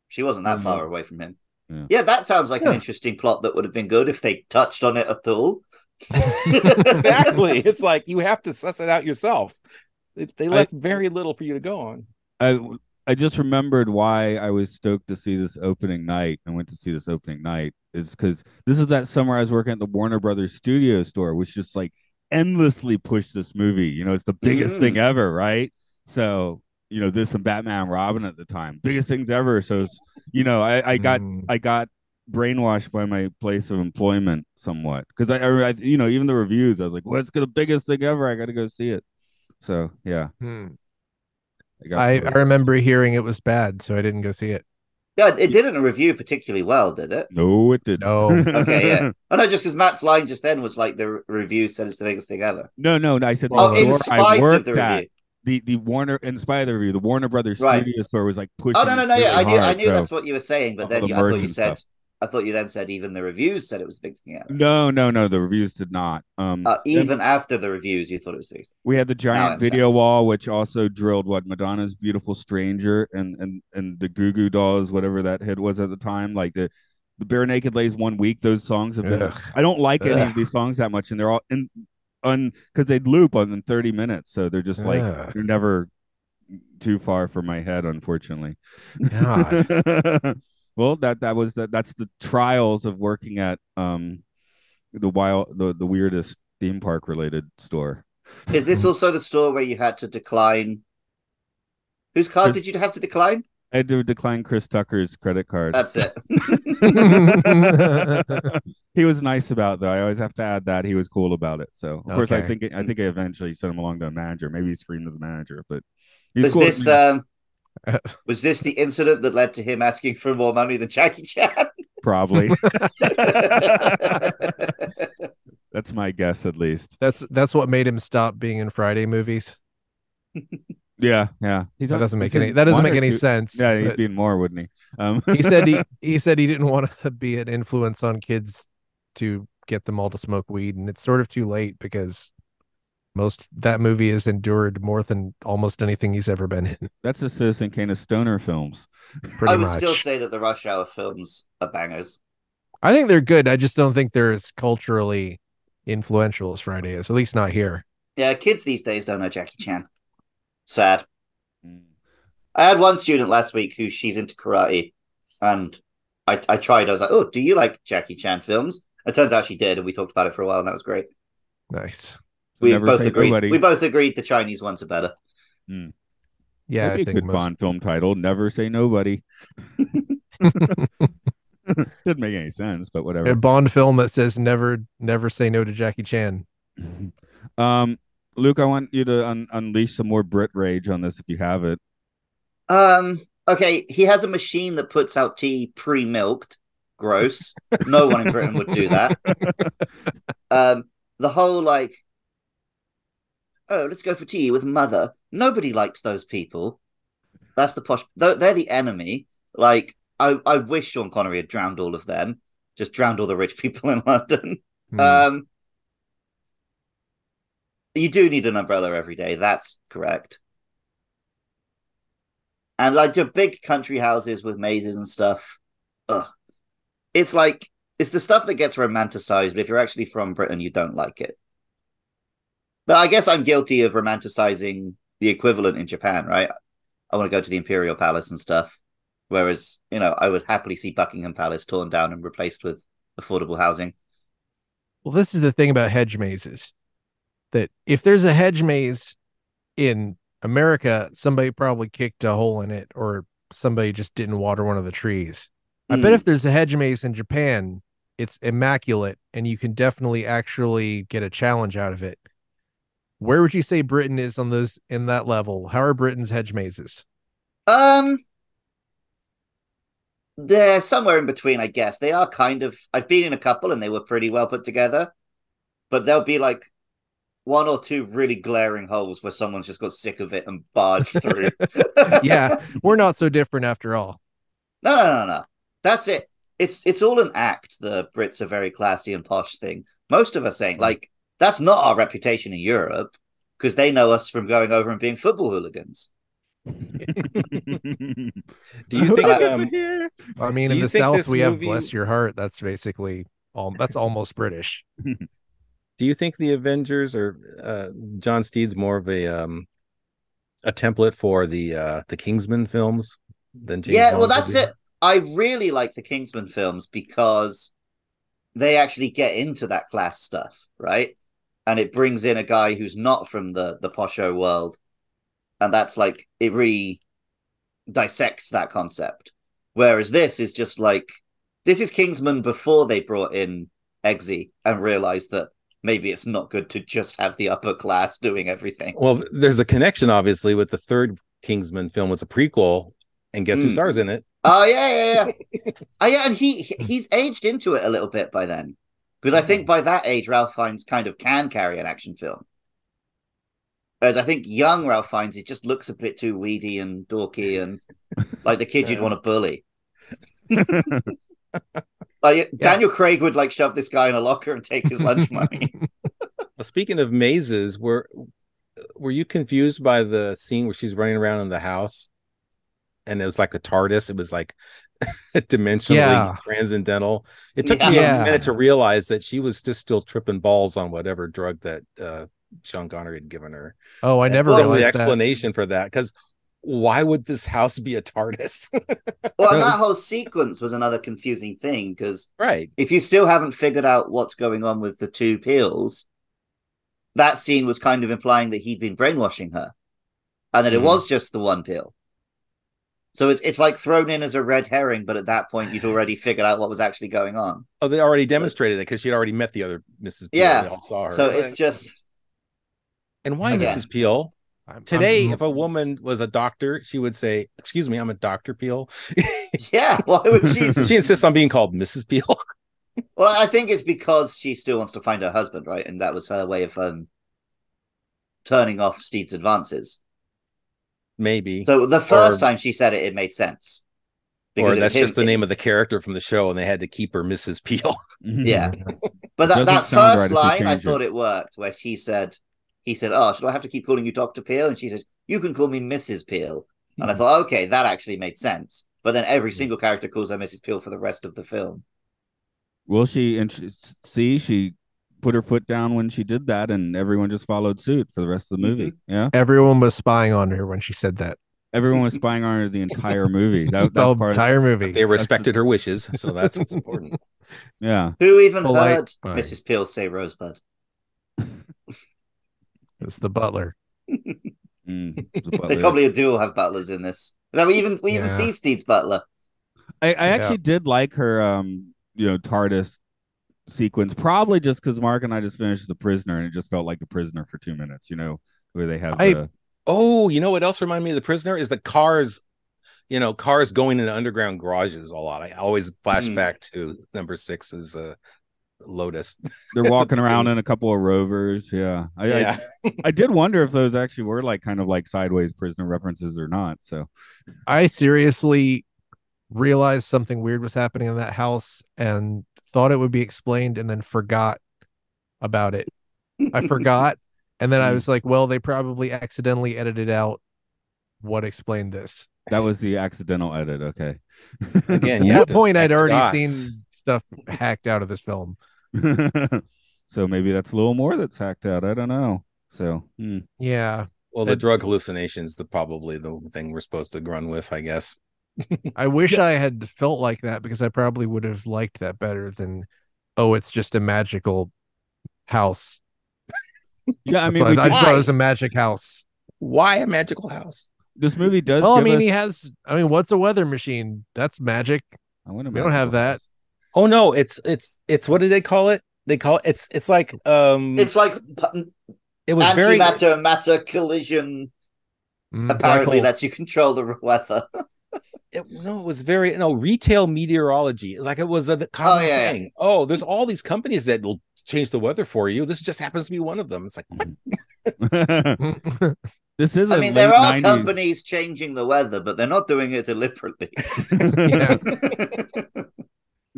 she wasn't that Mhm. far away from him. Yeah. Yeah, that sounds like Yeah. an interesting plot that would have been good if they touched on it at all. exactly. It's like you have to suss it out yourself. They- They left very little for you to go on. I I just remembered why I was stoked to see this opening night. I went to see this opening night is because this is that summer I was working at the Warner Brothers Studio Store, which just like endlessly pushed this movie. You know, it's the biggest Mm. thing ever, right? So you know, this and Batman and Robin at the time, biggest things ever. So it's, you know, I I got Mm. I got brainwashed by my place of employment somewhat because I, I, I you know even the reviews I was like, well, it's the biggest thing ever. I got to go see it. So yeah, Hmm. I got I, I brainwashed. remember hearing it was bad, so I didn't go see it. Yeah, it didn't review particularly well, did it? No, it didn't. No. Okay, yeah. Oh no, just because Matt's line just then was like the re- review said it's the biggest thing ever. no, no, no. I said Well, Oh, the in store in I spite of worked the at. review. the the Warner, in spite of the review, the Warner Brothers Right. Studio Store was like pushing. Oh no, no, no! really Yeah, I knew, I hard, knew so- that's what you were saying, but All then the you, I thought merch you and said, stuff. Mm-hmm. I thought you then said even the reviews said it was a big thing. Yeah. No, no, no. The reviews did not. Um, Uh, even after the reviews, you thought it was a big thing. we had the I giant understand. video wall, which also drilled what Madonna's "Beautiful Stranger" and and and the Goo Goo Dolls, whatever that hit was at the time. Like the the Bare Naked Ladies, one week. Those songs have been. Ugh. I don't like any Ugh. of these songs that much, and they're all in on because they loop on in thirty minutes, so they're just like Ugh. they're never too far from my head, unfortunately. God. well, that that was the, that's the trials of working at um the wild the, the weirdest theme park related store. Is Mm-hmm. this also the store where you had to decline? Whose card Chris- did you have to decline? I had to decline Chris Tucker's credit card. That's it. he was nice about it, though. I always have to add that he was cool about it. So of course, I Okay. think I think I eventually sent him along to the manager. Maybe he screamed to the manager, but he was was cool. this um, was this the incident that led to him asking for more money than Jackie Chan? probably. That's my guess, at least. that's that's what made him stop being in Friday movies. Yeah, yeah. He's That on- doesn't make he's in any that doesn't one make or any two- sense. Yeah, he'd but be in more, wouldn't he? Um, he said he he said he didn't want to be an influence on kids to get them all to smoke weed, and it's sort of too late because most that movie has endured more than almost anything he's ever been in. That's the Citizen Kane of stoner films. Pretty I would much. still say that the Rush Hour films are bangers. I think they're good. I just don't think they're as culturally influential as Friday is, at least not here. Yeah, kids these days don't know Jackie Chan. Sad. I had one student last week who she's into karate, and I, I tried. I was like, "Oh, do you like Jackie Chan films?" It turns out she did, and we talked about it for a while, and that was great. Nice. We Never both Say agreed. Nobody. We both agreed the Chinese ones are better. Yeah, That'd be I a think good most Bond film title. Never say nobody. Didn't make any sense, but a whatever. Bond film that says never never say no to Jackie Chan. um, Luke, I want you to un- unleash some more Brit rage on this if you have it. Um. Okay, he has a machine that puts out tea pre-milked. Gross. No one in Britain would do that. Um. The whole like, oh, let's go for tea with mother. Nobody likes those people. That's the posh. They're, they're the enemy. Like, I I wish Sean Connery had drowned all of them. Just drowned all the rich people in London. Hmm. Um, you do need an umbrella every day. That's correct. And like your big country houses with mazes and stuff. Ugh. It's like it's the stuff that gets romanticized, but if you're actually from Britain, you don't like it. But I guess I'm guilty of romanticizing the equivalent in Japan, right? I want to go to the Imperial Palace and stuff. Whereas, you know, I would happily see Buckingham Palace torn down and replaced with affordable housing. Well, this is the thing about hedge mazes that if there's a hedge maze in America, somebody probably kicked a hole in it or somebody just didn't water one of the trees. I bet Hmm. if there's a hedge maze in Japan, it's immaculate and you can definitely actually get a challenge out of it. Where would you say Britain is on those in that level? How are Britain's hedge mazes? Um, they're somewhere in between, I guess. They are kind of. I've been in a couple, and they were pretty well put together, but there'll be like one or two really glaring holes where someone's just got sick of it and barged through. Yeah, we're not so different after all. No, no, no, no. That's it. It's it's all an act. The Brits are very classy and posh thing. Most of us ain't like that's not our reputation in Europe because they know us from going over and being football hooligans. Do you think Look um, I mean, Do in you the think South, this we have movie- bless your heart. That's basically all. That's almost British. do you think the Avengers or uh, John Steed's more of a um, a template for the uh, the Kingsman films than James yeah, well, Bond would that's be? it. I really like the Kingsman films because they actually get into that class stuff, right? And it brings in a guy who's not from the the posho world, and that's like it really dissects that concept. Whereas this is just like this is Kingsman before they brought in Eggsy and realized that maybe it's not good to just have the upper class doing everything. Well, there's a connection obviously with the third Kingsman film was a prequel, and guess Hmm. who Mm. stars in it? Oh yeah, yeah, yeah. oh yeah, and he he- he's aged into it a little bit by then, because I think by that age Ralph Fiennes kind of can carry an action film. Whereas I think young Ralph Fiennes, he just looks a bit too weedy and dorky and like the kid you'd Yeah. want to bully. Like Daniel Craig would like shove this guy in a locker and take his lunch money. Well, speaking of mazes, were were you confused by the scene where she's running around in the house, and it was like the TARDIS? It was like dimensionally Yeah. transcendental. It took me Yeah. a minute to realize that she was just still tripping balls on whatever drug that uh, Sean Connery had given her. Oh, I And never the realized only that. explanation for that because why would this house be a TARDIS? well, and that whole sequence was another confusing thing because right. if you still haven't figured out what's going on with the two pills, that scene was kind of implying that he'd been brainwashing her, and that it Hmm. was just the one pill. So it's it's like thrown in as a red herring, but at that point you'd already figured out what was actually going on. Oh, they already demonstrated it because she'd already met the other Mrs. Peel. Yeah. They all saw her. So it's just and why Yeah. Mrs. Peel? I'm- I'm- Today, if a woman was a doctor, she would say, "Excuse me, I'm a Doctor Peel." yeah, why would she? she insists on being called Mrs. Peel. well, I think it's because she still wants to find her husband, right? And that was her way of um turning off Steve's advances. Maybe, So the first Or- time she said it, it made sense. or it's that's him- just the name of the character from the show, and they had to keep her Mrs. Peel. Yeah. But that, Doesn't that sound first right if you line, I change it. thought it worked, where she said, he said, Oh, should I have to keep calling you Dr. Peel? And she said, You can call me Mrs. Peel. And I thought, okay, that actually made sense. But then every single character calls her Mrs. Peel for the rest of the film. Will she and she, see she put her foot down when she did that, and everyone just followed suit for the rest of the movie. Yeah, Everyone was spying on her when she said that. everyone was spying on her the entire movie. That, The that's part. entire movie. They respected her wishes, so that's what's important. yeah, Who even Polite heard spy. Mrs. Peel say Rosebud? It's the butler. Mm, it was a They butler. probably do all have butlers in this. Now we even we even Yeah. see Steve's butler. I, I Yeah. actually did like her, um, you know, TARDIS sequence. Probably just because Mark and I just finished the prisoner, and it just felt like the prisoner for two minutes. You know, where they have I- the Oh, you know what else reminded me of the prisoner is the cars. You know, cars going into underground garages a lot. I always flash Hmm. back to number six's uh, Lotus. they're walking around in a couple of rovers. Yeah, I, I- Yeah. I, did wonder if those actually were like kind of like sideways prisoner references or not. So I seriously realized something weird was happening in that house and thought it would be explained and then forgot about it. I forgot. And then I Mm. was like, well, they probably accidentally edited out what explained this. that was the accidental edit. Okay. Again, At you have that to point, I'd connect the already dots. seen stuff hacked out of this film. so maybe that's a little more that's hacked out. I don't know. So hmm. Yeah. Well, the It- drug hallucinations, the probably the thing we're supposed to run with, I guess. I wish I had felt like that because I probably would have liked that better than, oh, it's just a magical house. yeah, I That's mean, why- we I did- just thought it was a magic house. Why a magical house? this movie does. Well, I give mean, us- he has. I mean, what's a weather machine? That's magic. I wonder we about don't have that. Oh no, it's it's it's what do they call it? They call it, it's it's like um It's like p- it was very antimatter and matter collision. Mm, black Apparently, hole. lets you control the weather. it, no, it was very no retail meteorology. Like it was a the common Oh, yeah, thing. Oh, there's all these companies that will change the weather for you. This just happens to be one of them. It's like what? that. this is. I a mean, there late are 90s companies changing the weather, but they're not doing it deliberately. Yeah. No,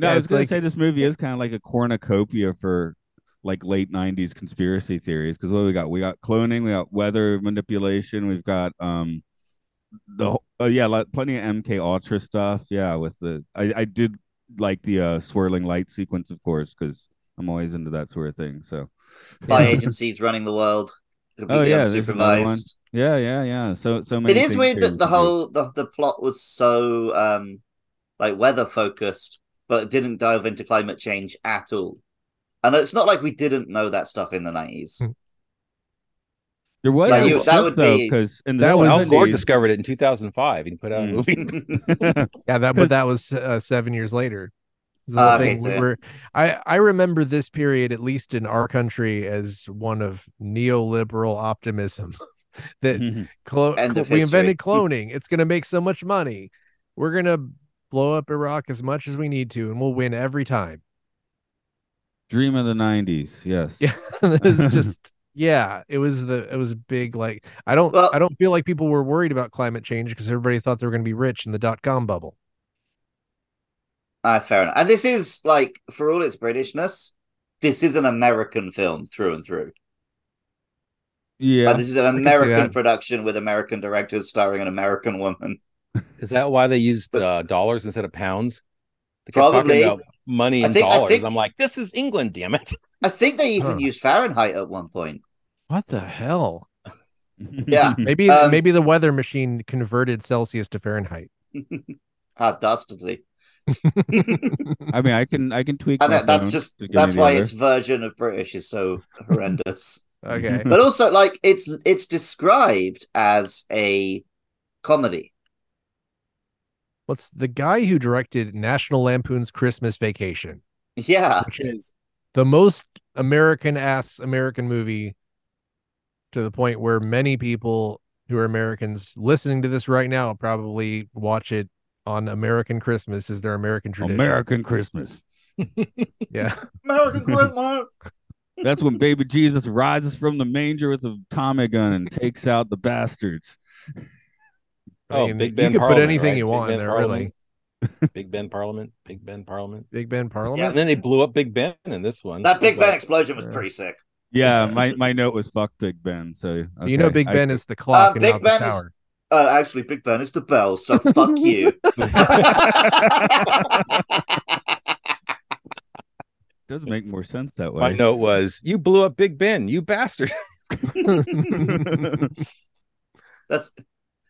Yeah, I was it's gonna like- say this movie is kind of like a cornucopia for like late '90s conspiracy theories. Because what do we got? We got cloning, we got weather manipulation, we've got um the wh- oh yeah, like, plenty of MK Ultra stuff. Yeah, with the I, I did like the uh, swirling light sequence, of course, because I'm always into that sort of thing. So By agencies running the world. Oh, Completely yeah, there's another one. unsupervised. yeah, yeah, yeah. So so many. It is things weird here we that the could do. whole the, the plot was so um like weather focused, but it didn't dive into climate change at all. And it's not like we didn't know that stuff in the nineties. there was Like a you- that clip, would though, be- 'cause in the That was- Al Gore 70s discovered it in 2005 and put out a Mm. movie. yeah, that Because- but that was uh, seven years later. The Ah, whole okay, thing so we yeah. were- I I remember this period, at least in our country, as one of neoliberal optimism. that Mm-hmm. clo- End cl- of we history. invented cloning. it's going to make so much money. We're going to blow up Iraq as much as we need to, and we'll win every time. Dream of the '90s. Yes. Yeah, this is just yeah, it was the it was big like I don't Well- I don't feel like people were worried about climate change because everybody thought they were going to be rich in the dot com bubble. Ah, fair enough. And this is like, for all its Britishness, this is an American film through and through. Yeah. And this is an see American that. production with American directors starring an American woman. Is that why they used uh, dollars instead of pounds? They kept Probably. talking about money I and think- I dollars. think- I'm like, this is England, damn it. I think they even Huh. used Fahrenheit at one point. What the hell? Yeah. Hmm. Maybe Um, maybe the weather machine converted Celsius to Fahrenheit. How dastardly. I mean, I can I can tweak. And my Uh, that, that's phone just to give that's me why the its version of British is so horrendous. Okay. but also like it's it's described as a comedy. What's the guy who directed National Lampoon's Christmas Vacation, Yeah. which is the most American ass American movie to the point where many people who are Americans listening to this right now probably watch it on American Christmas is their American other. tradition. American Christmas. Yeah. American Christmas. That's when baby Jesus rises from the manger with a Tommy gun and takes out the bastards. I Oh, mean, Big you Ben can put Parliament, anything right? you Big want in Ben there, really. Parliament. Big Ben Parliament, Big Ben Parliament. Big Ben And Parliament. then they blew up Big Ben in this one. That Big It's like, Ben explosion was pretty sick. Yeah, my, my note was fuck Big Ben. So You know, okay, Big I- Ben is the clock and Big not Ben the is- tower. Uh, actually, Big Ben is the bell, so fuck you. doesn't make more sense that My way. note was, you blew up Big Ben, you bastard. That's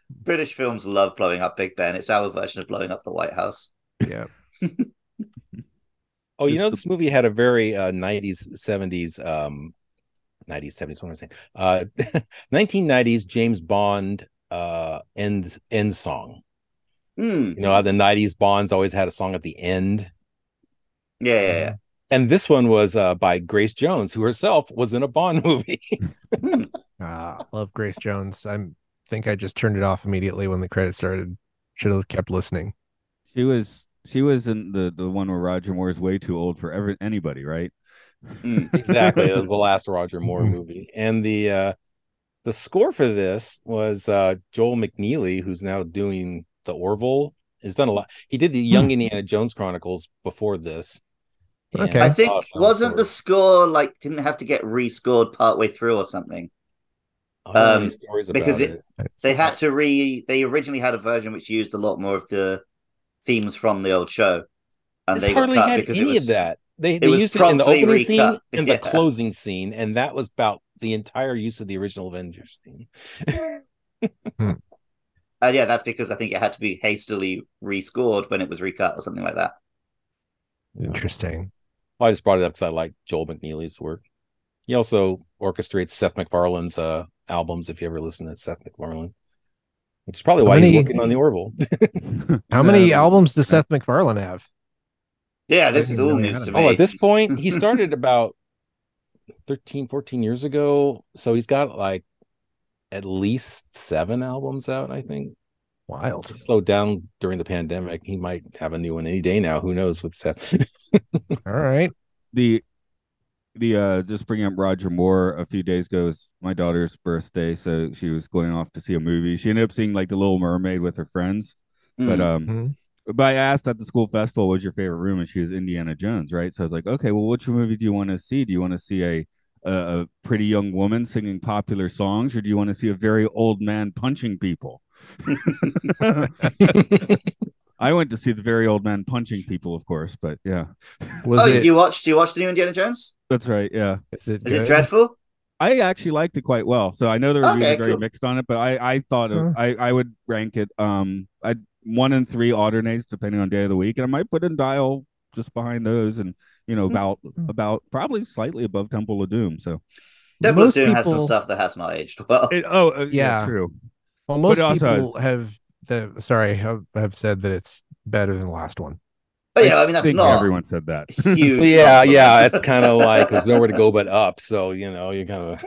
British films love blowing up Big Ben. It's our version of blowing up the White House. yeah. Oh, you Just know, the- this movie had a very uh, 90s, 70s, um, 90s, 70s, what am I saying? Uh, 1990s James Bond uh, end, end song. Hmm. You know, how the 90s Bonds always had a song at the end. Yeah, yeah, yeah. And this one was uh, by Grace Jones, who herself was in a Bond movie. Ah, love Grace Jones. I think I just turned it off immediately when the credits started. Should have kept listening. She was she was in the the one where Roger Moore is way too old for ever anybody, right? Mm, exactly. It was the last Roger Moore movie. And the uh, the score for this was uh, Joel McNeely, who's now doing the Orville. Has done a lot. He did the Young Indiana Jones Chronicles before this. And uh, Okay. I thought think that was wasn't the sort score like didn't have to get rescored partway through or something. of- I don't know um, the stories because about it- They had to re. They originally had a version which used a lot more of the themes from the old show, and This they got hardly cut had because it any was, of that. They, they was used it in the promptly opening scene recut. and Yeah. the closing scene, and that was about the entire use of the original Avengers theme. And Uh, yeah, that's because I think it had to be hastily rescored when it was recut or something like that. Interesting. Well, I just brought it up because I like Joel McNeely's work. He also orchestrates Seth MacFarlane's uh, albums. If you ever listen to Seth MacFarlane, which is probably How why many- he's working on the Orville. How many Um, albums does Seth MacFarlane have? Yeah, this They is all really news had to it. me. oh, at this point, he started about 13, 14 years ago, so he's got like at least seven albums out. I think Wild. slowed down during the pandemic. He might have a new one any day now. Who knows with Seth? All right. the the uh just bringing up Roger Moore a few days ago was my daughter's birthday, so she was going off to see a movie. She ended up seeing like The Little Mermaid with her friends, Hmm. but um Mhm. but I asked at the school festival what's your favorite room, and she was Indiana Jones, right? So I was like, okay, well, which movie do you want to see? Do you want to see a a, a pretty young woman singing popular songs, or do you want to see a very old man punching people? I went to see the very old man punching people, of course, but yeah, Was oh, it? you watched? You watched the new Indiana Jones? that's right, yeah. is it, Is it good? dreadful? I actually liked it quite well. So I know the reviews Okay, are very cool. mixed on it, but I I thought of, Huh. I I would rank it um I one and three alternates depending on day of the week, and I might put in dial just behind those, and you Hmm. know about Hmm. about probably slightly above Temple of Doom. So Temple of Most Doom has some people- stuff that has not aged well. It- oh uh, Yeah. true. Well, most it also people have the sorry have, have said that it's better than the last one. but yeah, I mean I that's think not everyone said that. huge. yeah, problem. yeah. It's kind of like there's nowhere to go but up. So you know, you kind of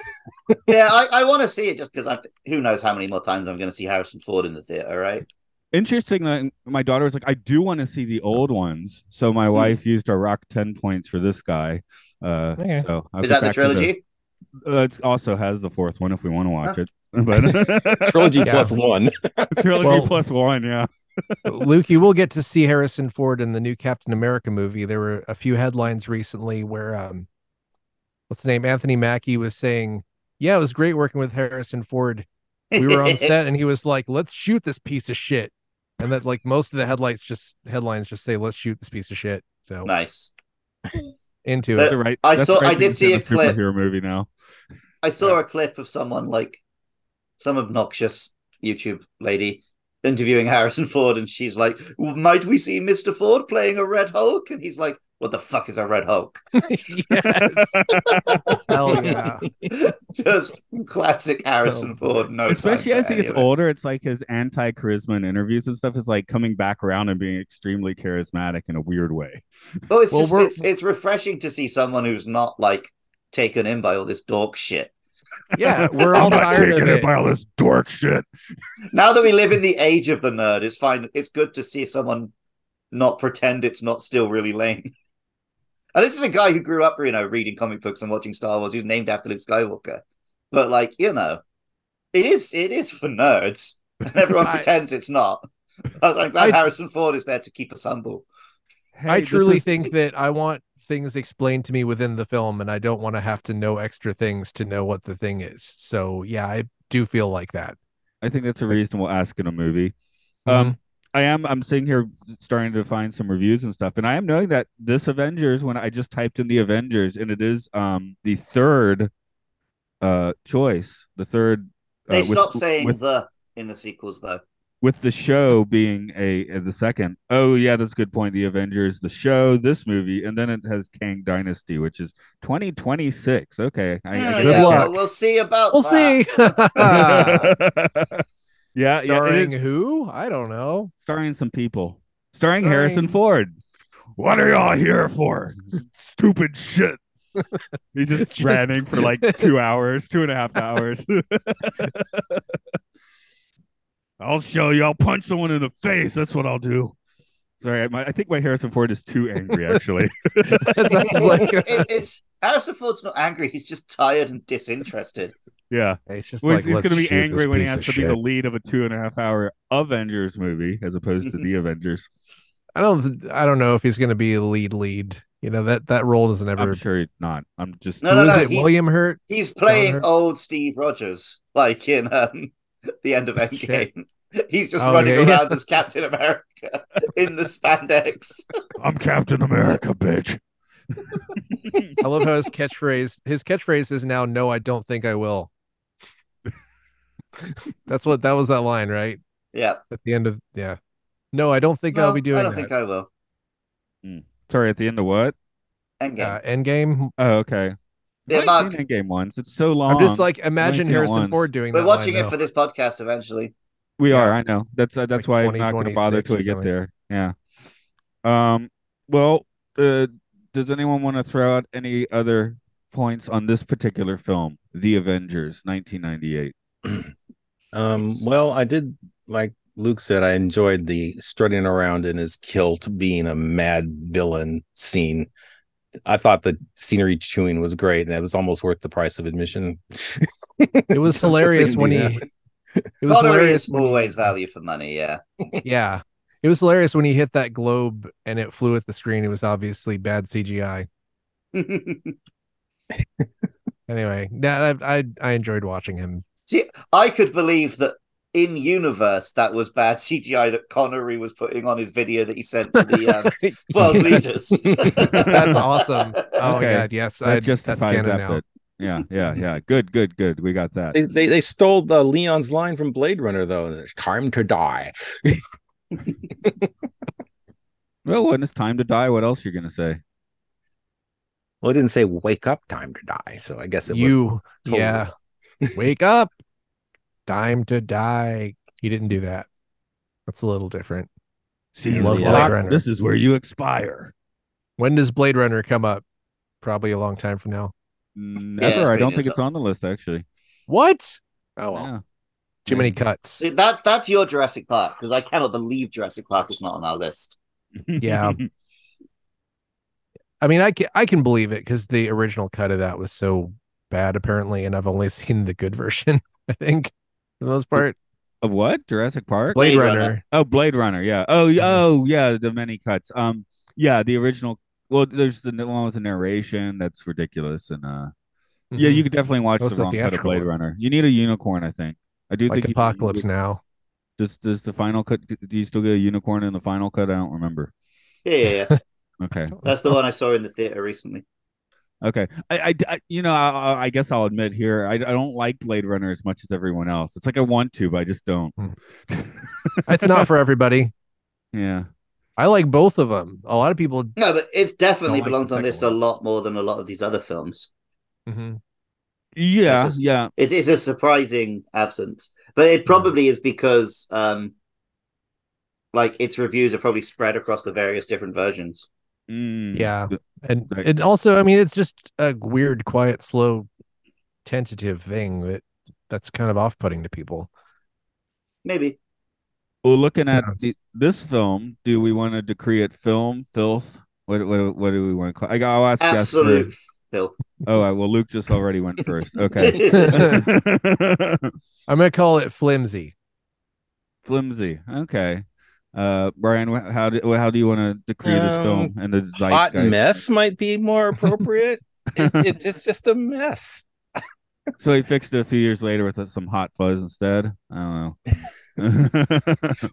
yeah, I, I want to see it just because who knows how many more times I'm going to see Harrison Ford in the theater, right? Interesting that my daughter was like, I do want to see the old ones. So Hmm. my wife used our rock ten points for this guy. Uh, Okay. so I Is that the went back to trilogy? Uh, it also has the fourth one if we want to watch it. But Trilogy Yeah. plus one. trilogy Well- plus one, yeah. Luke, you will get to see Harrison Ford in the new Captain America movie. There were a few headlines recently where um what's the name? Anthony Mackie was saying, Yeah, it was great working with Harrison Ford. We were on set and he was like, Let's shoot this piece of shit. And that like most of the headlights just headlines just say, Let's shoot this piece of shit. So nice. into Uh, it. That's the right. I that's saw- the right I did use of see the a clip. superhero movie now. I saw a clip of someone like some obnoxious YouTube lady interviewing Harrison Ford, and she's like, "Might we see Mister Ford playing a Red Hulk?" And he's like, "What the fuck is a Red Hulk?" yes. Hell yeah. Just classic Harrison Oh, Ford. No, time Especially for as he any gets of it. older, it's like his anti charisma in interviews and stuff is like coming back around and being extremely charismatic in a weird way. Oh, it's Well, just we're- it's, it's refreshing to see someone who's not like taken in by all this dork shit. Yeah. We're all I'm not tired taking of it it. by all this dork shit. Now that we live in the age of the nerd, it's fine. It's good to see someone not pretend it's not still really lame. And this is a guy who grew up, you know, reading comic books and watching Star Wars. He's named after Luke Skywalker, but like you know, it is it is for nerds, and everyone I- pretends it's not. I was like, glad I- Harrison Ford is there to keep us humble. I Hey, this truly is- think that I want things explained to me within the film, and I don't want to have to know extra things to know what the thing is. So yeah, I do feel like that. I think that's a reasonable ask in a movie. Mm-hmm. Um, I am. I'm sitting here starting to find some reviews and stuff, and I am knowing that this Avengers, when I just typed in the Avengers, and it is um the third uh choice, the third. uh, They with- stopped saying with, the in the sequels though. with the show being a, a the second. Oh yeah, that's a good point. The Avengers, the show, this movie, and then it has Kang Dynasty, which is 2026. Okay, I, I Yeah, guess Good Oh, yeah, I- luck. We'll, we'll see about Hmm. we'll that. see. Ah. yeah, yeah, it is Starring who? I don't know. starring some people, starring, Starring- Harrison Ford. What are y'all here for? Stupid shit. He just, Just- ranting for like two hours, two and a half hours. I'll show you. I'll punch someone in the face. That's what I'll do. Sorry, I- my, I think my Harrison Ford is too angry. Actually, That sounds It- like- it's Harrison Ford's not angry. He's just tired and disinterested. yeah, It's just Well, like, he's, he's let's going to be shoot this angry when he piece has of to be the shit. lead of a two and a half hour Avengers movie as opposed to the Avengers. I don't. I don't know if he's going to be a lead lead. You know that that role doesn't ever. I'm sure he's not. I'm just No, no, Who is no, it? he- William Hurt. He's playing Donner. old Steve Rogers, like in um, the end of Endgame. He's just Oh, running yeah, yeah. around as Captain America in the spandex. I'm Captain America, bitch. I love how his catchphrase. His catchphrase is now, "No, I don't think I will." That's what that was. That line, right? Yeah, at the end of yeah. No, I don't think I'll No, be doing I don't that. think I will. Sorry, at the end of what? Endgame. uh, Endgame. Oh, okay. Yeah, I've Mark. seen Endgame once. It's so long. I'm just like imagine seen it Harrison once. Ford doing We're that. watching line, it for this podcast eventually. we yeah. are. I know. That's uh, that's Like why I'm not going to bother 2026 till or we get something. there. Yeah. Um. Well, uh, does anyone want to throw out any other points on this particular film, The Avengers, 1998? Um, well, I did like Luke said, I enjoyed the strutting around in his kilt being a mad villain scene. I thought the scenery chewing was great, and that was almost worth the price of admission. though. It was Just to see hilarious him when do he. that. It was Connery hilarious. is when he- always value for money. Yeah, Yeah, it was hilarious when he hit that globe and it flew at the screen. It was obviously bad CGI. Anyway, that I, I I enjoyed watching him. see, I could believe that in universe that was bad CGI that Connery was putting on his video that he sent to the um, world leaders. That's awesome. Oh Okay. my god, yes, That I, justifies that's canon that now. bit. Yeah, yeah, yeah. Good, good, good. We got that. They, they they stole the Leon's line from Blade Runner though. It's time to die. Well, when it's time to die, what else are you going to say? Well, it didn't say wake up, time to die. So I guess it was You, totally- yeah, wake up, time to die. He didn't do that. That's a little different. See you Love later. Blade Runner. This is where you expire. When does Blade Runner come up? Probably a long time from now. Never. I pretty don't good think it's stuff. on the list actually. What? Oh well, Yeah. too many cuts. See, that's that's your Jurassic Park because I cannot believe Jurassic Park is not on our list. Yeah. I mean, I can I can believe it because the original cut of that was so bad apparently, and I've only seen the good version. I think for the most part, Of what? Jurassic Park? Blade, Blade Runner. Runner. Oh, Blade Runner. Yeah. Oh, Mhm. yeah. Oh, yeah. The many cuts. Um, yeah. The original. Well, there's the n- one with the narration that's ridiculous, and uh, yeah, Mhm. you could definitely watch What's the the wrong cut of theatrical Blade one? Runner. You need a unicorn, I think. I do like think you- Apocalypse you- Now. Does does the final cut? Do you still get a unicorn in the final cut? I don't remember. Yeah, yeah, yeah. Okay. that's the one I saw in the theater recently. Okay. I, I, I- you know, I, I- I guess I'll admit here, I, I don't like Blade Runner as much as everyone else. It's like I want to, but I just don't. Hmm. it's not for everybody. Yeah. I like both of them. A lot of people. No, but it definitely Don't like belongs the on this second a lot more than a lot of these other films. Mhm. Yeah. This is- yeah. It is a surprising absence, but Mm. it probably is because, um, like, its reviews are probably spread across the various different versions. Mm. Yeah. Th- And Right. it also, I mean, it's just a weird, quiet, slow, tentative thing that that's kind of off-putting to people. Maybe. Well, looking at Yes. the, this film, do we want to decree it film filth? What what what do we want to call? I got. I'll ask Jess Absolute first. filth. Oh, I- well, Luke just already went first. Okay. I'm gonna call it flimsy. Flimsy. Okay. Uh, Brian, wh- how do how do you want to decree this film and the Um, Hot zeitgeist? mess might be more appropriate. it, it, it's just a mess. So he fixed it a few years later with uh, some hot fuzz instead. I don't know.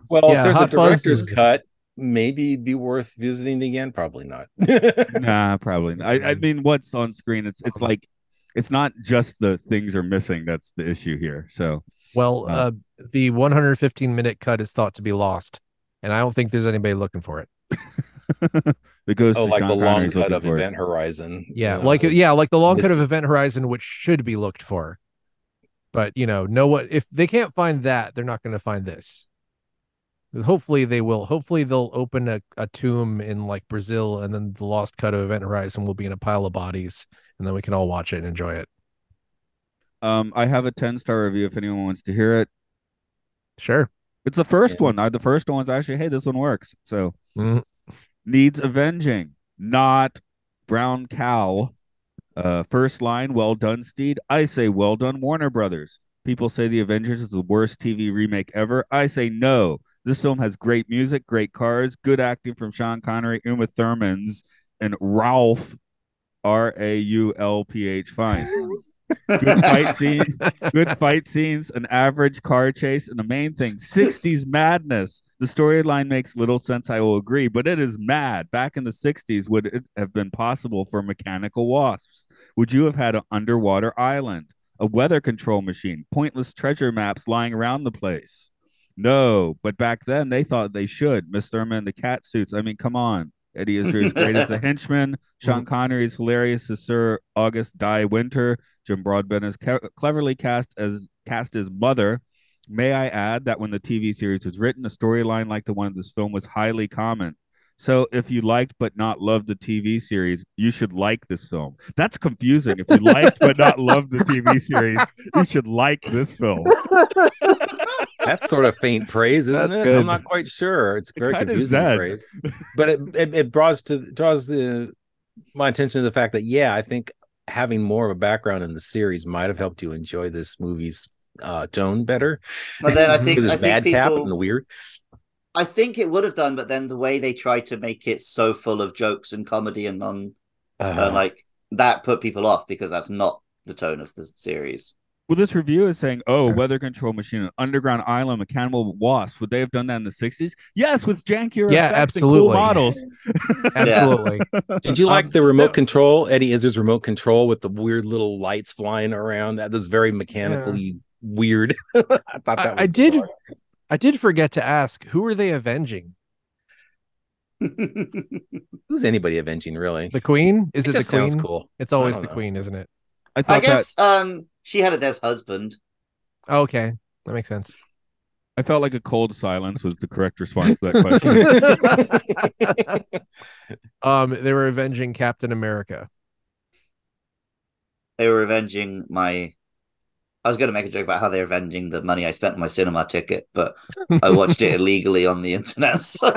Well, Yeah, if there's a Hot Fuzz director's is- cut, maybe it'd be worth visiting again. Probably not. Oh, nah, probably. Not. I I mean, what's on screen? It's it's like it's not just the things are missing that's the issue here. So Well, Wow. uh, the 115 minute cut is thought to be lost, and I don't think there's anybody looking for it. it goes. oh, to like Sean the long Connery's cut looking of for it. Event Horizon. Yeah, Uh, like was- yeah, like the long cut of missing. Event Horizon, which should be looked for. But you know, no what if they can't find that, they're not going to find this. Hopefully they will. Hopefully they'll open a, a tomb in like Brazil, and then the lost cut of Event Horizon will be in a pile of bodies, and then we can all watch it and enjoy it. Um, I have a ten star review if anyone wants to hear it. Sure. It's the first Yeah. one. I, the first one's actually, hey, this one works. So Mhm. needs avenging, not brown cow. Uh, first line, well done, Steed. I say, well done, Warner Brothers. People say The Avengers is the worst TV remake ever. I say, no. This film has great music, great cars, good acting from Sean Connery, Uma Thurman's, and Ralph, R A U L P H Fine good fight scene, good fight scenes, an average car chase, and the main thing, 60s madness. The storyline makes little sense, I will agree, but it is mad. Back in the 60s, would it have been possible for mechanical wasps? Would you have had an underwater island, a weather control machine, pointless treasure maps lying around the place? No, but back then they thought they should. Miss Thurman in the cat suits. I mean, come on. Eddie Izzard is great as a henchman. Sean Connery is hilarious as Sir August Die Winter. Jim Broadbent is ca- cleverly cast as cast as mother. May I add that when the TV series was written, a storyline like the one of this film was highly common. So if you liked but not loved the TV series, you should like this film. That's confusing. If you liked but not loved the TV series, you should like this film. That's sort of faint praise, isn't That's it? good. I'm not quite sure. It's very kinda confusing Zed. phrase, but it, it it draws to draws the my attention to the fact that yeah, I think having more of a background in the series might have helped you enjoy this movie's uh tone better. But then I think- With his I think bad cap people- and the weird. I think it would have done, but then the way they tried to make it so full of jokes and comedy and non uh, Uh-huh. Uh, like that put people off because that's not the tone of the series. Well, this review is saying, oh, Sure. weather control machine, an underground island, mechanical wasp. Would they have done that in the 60s? Yes, with jankier Yeah, effects and cool absolutely. models. Absolutely. Did you Um, like the remote control, Eddie Izzard's remote control with the weird little lights flying around? That was very mechanically weird. I thought I, that was I did. bizarre. I did forget to ask who are they avenging? Who's anybody avenging really? The Queen? Is it, the just sounds Queen? cool. It's always don't the know. Queen, isn't it? I thought I guess um she had a dead husband. Oh, okay, that makes sense. that I felt like a cold silence was the correct response to that question. Um, they were avenging Captain America. They were avenging my I was going to make a joke about how they're avenging the money I spent on my cinema ticket, but I watched it illegally on the internet. So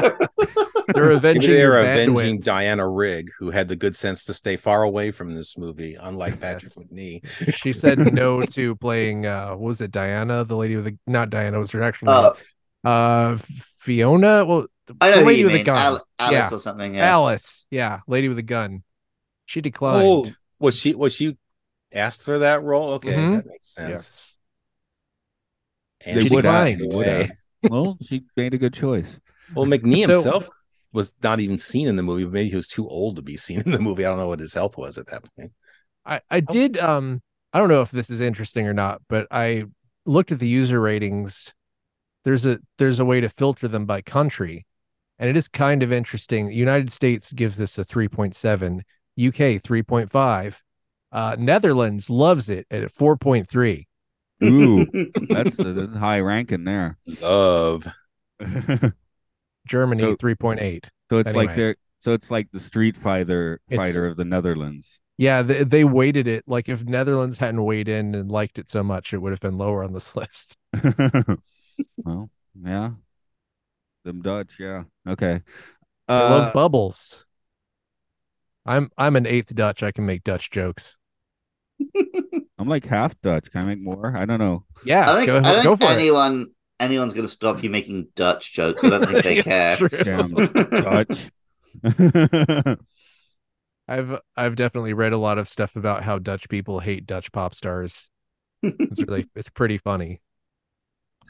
They're avenging. They're your avenging bandwidth. Diana Rigg, who had the good sense to stay far away from this movie, unlike Patrick McNee. She said no to playing. Uh, what was it? Diana, the lady with the not Diana was her actual name. uh, Uh, Fiona. Well, I know the who lady you with mean, the gun. Al- Alice Yeah. or something. Yeah. Alice. Yeah, lady with a gun. She declined. Oh, was she was she asked for that role? Okay, Mhm. that makes sense. yes. And They she would got have. it They would away. have. well, she made a good choice. Well, McNee So- himself was not even seen in the movie. Maybe he was too old to be seen in the movie. I don't know what his health was at that point. I, I did um I don't know if this is interesting or not, but I looked at the user ratings. There's a there's a way to filter them by country. And it is kind of interesting. United States gives this a 3.7, UK 3.5, uh Netherlands loves it at 4.3. Ooh, that's, that's high ranking there. Love. so Germany So- 3.8. it's Anyway. like they're so it's like the street fighter It's- fighter of the Netherlands. Yeah, they, they weighted it. Like if Netherlands hadn't weighed in and liked it so much, it would have been lower on this list. well, yeah, them Dutch, yeah, okay. I Uh, love bubbles. I'm I'm an eighth Dutch. I can make Dutch jokes. I'm like half Dutch. Can I make more? I don't know. Yeah, I think, go, I ahead- don't go think for anyone anyone's going to stop you making Dutch jokes. I don't think they care. it. True. Damn Dutch. I I've I've definitely read a lot of stuff about how Dutch people hate Dutch pop stars. It's really it's pretty funny.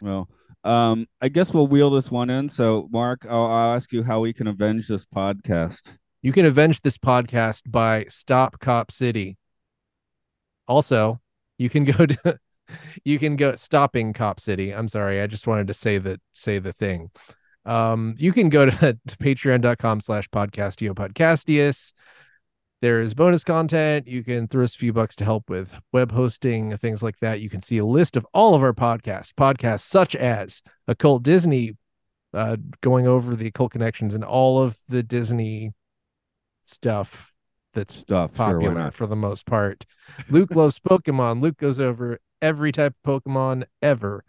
Well, um, I guess we'll wheel this one in. So, Mark, I'll, I'll ask you how we can avenge this podcast. You can avenge this podcast by Stop Cop City. Also, you can go to you can go stopping Cop City. I'm sorry, I just wanted to say that say the thing. Um, you can go to, to patreon.com slash podcastio podcastius. There is bonus content. You can throw us a few bucks to help with web hosting, things like that. You can see a list of all of our podcasts, podcasts such as Occult Disney, uh, going over the occult connections and all of the Disney stuff that's Stuff. Sure, popular why not? for the most part. Luke loves Pokemon. Luke goes over every type of Pokemon ever,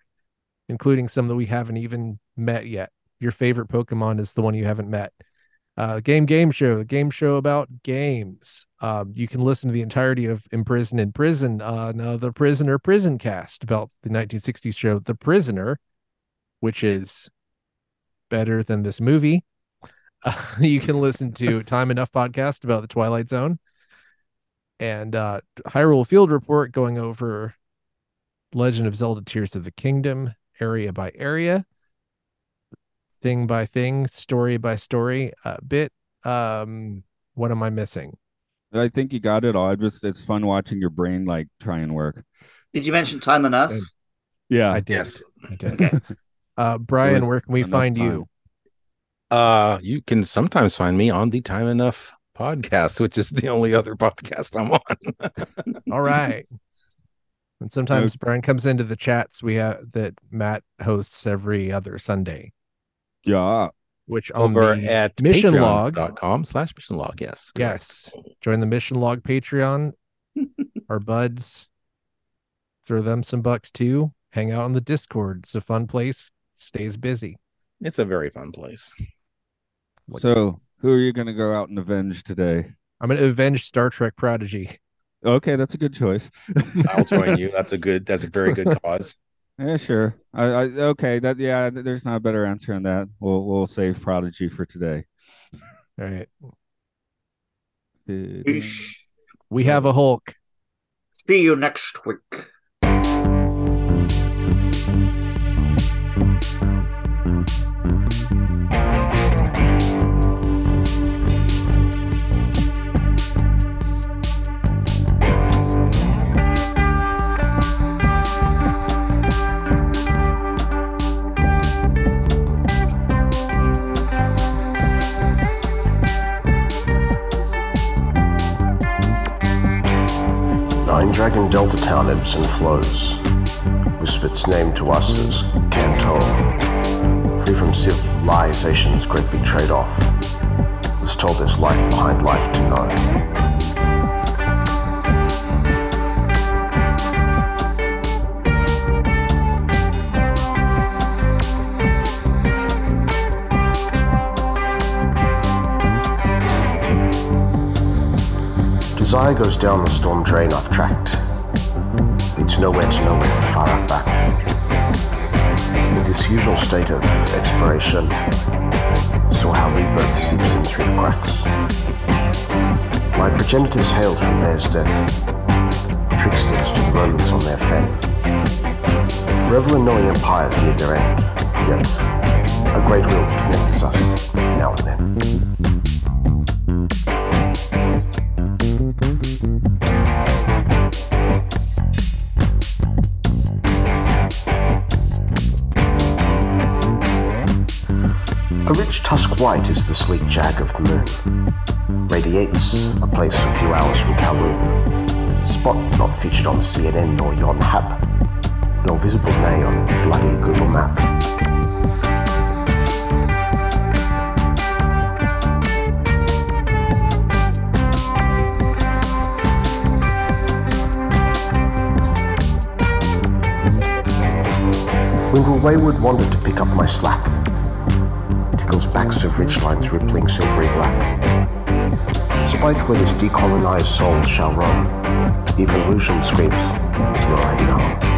including some that we haven't even met yet. Your favorite Pokemon is the one you haven't met. Uh, game Game Show, the game show about games. Um, you can listen to the entirety of Imprison in Prison on uh, the Prisoner Prison Cast about the 1960s show The Prisoner, which is better than this movie. Uh, you can listen to Time Enough podcast about the Twilight Zone and uh, Hyrule Field Report going over Legend of Zelda Tears of the Kingdom, area by area, thing by thing, story by story, uh, bit. Um, what am I missing? I think you got it all. I just it's fun watching your brain like try and work. Did you mention time enough? Good. Yeah. I did. Uh, yes. I did. Uh, Brian, was where can we enough find time. you? Uh, you can sometimes find me on the Time Enough podcast, which is the only other podcast I'm on. All right. And sometimes Brian comes into the chats we have that Matt hosts every other Sunday, yeah. which on Over the- at Oh, Mission Log. patreon.com slash mission log. Yes. Yes. Join the Mission Log Patreon. Our buds. Throw them some bucks too. Hang out on the Discord. It's a fun place. Stays busy. It's a very fun place. Like- So, who are you going to go out and avenge today? I'm gonna avenge Star Trek Prodigy. Okay, that's a good choice. I'll join you. That's a good, that's a very good cause. Yeah, sure. I, I okay. That yeah. th- There's not a better answer on that. We'll we'll save Prodigy for today. All right. Uh, Oosh. We have a Hulk. See you next week. Nine Dragon Delta Town ebbs and flows, wisps its name to us as Canton. Free from civilization's great big trade-off, was told there's life behind life to know. Desire goes down the storm drain I've tracked. Leads nowhere to nowhere, far up back. In this usual state of exploration, saw how rebirth seeps in through the cracks. My progenitors hail from theirs dead. Tricksters to the Romans on their fen. Revel in knowing empires meet their end, yet a great will connects us now and then. A rich tusk white is the sleek jag of the moon. Radiates a place a few hours from Kowloon. Spot not featured on CNN nor yon hap, nor visible nay on bloody Google Map. Winkle Wayward wandered to pick up my slack tickles backs of ridgelines rippling silvery black. Spite where this decolonized soul shall roam, the illusion screams, you're already home.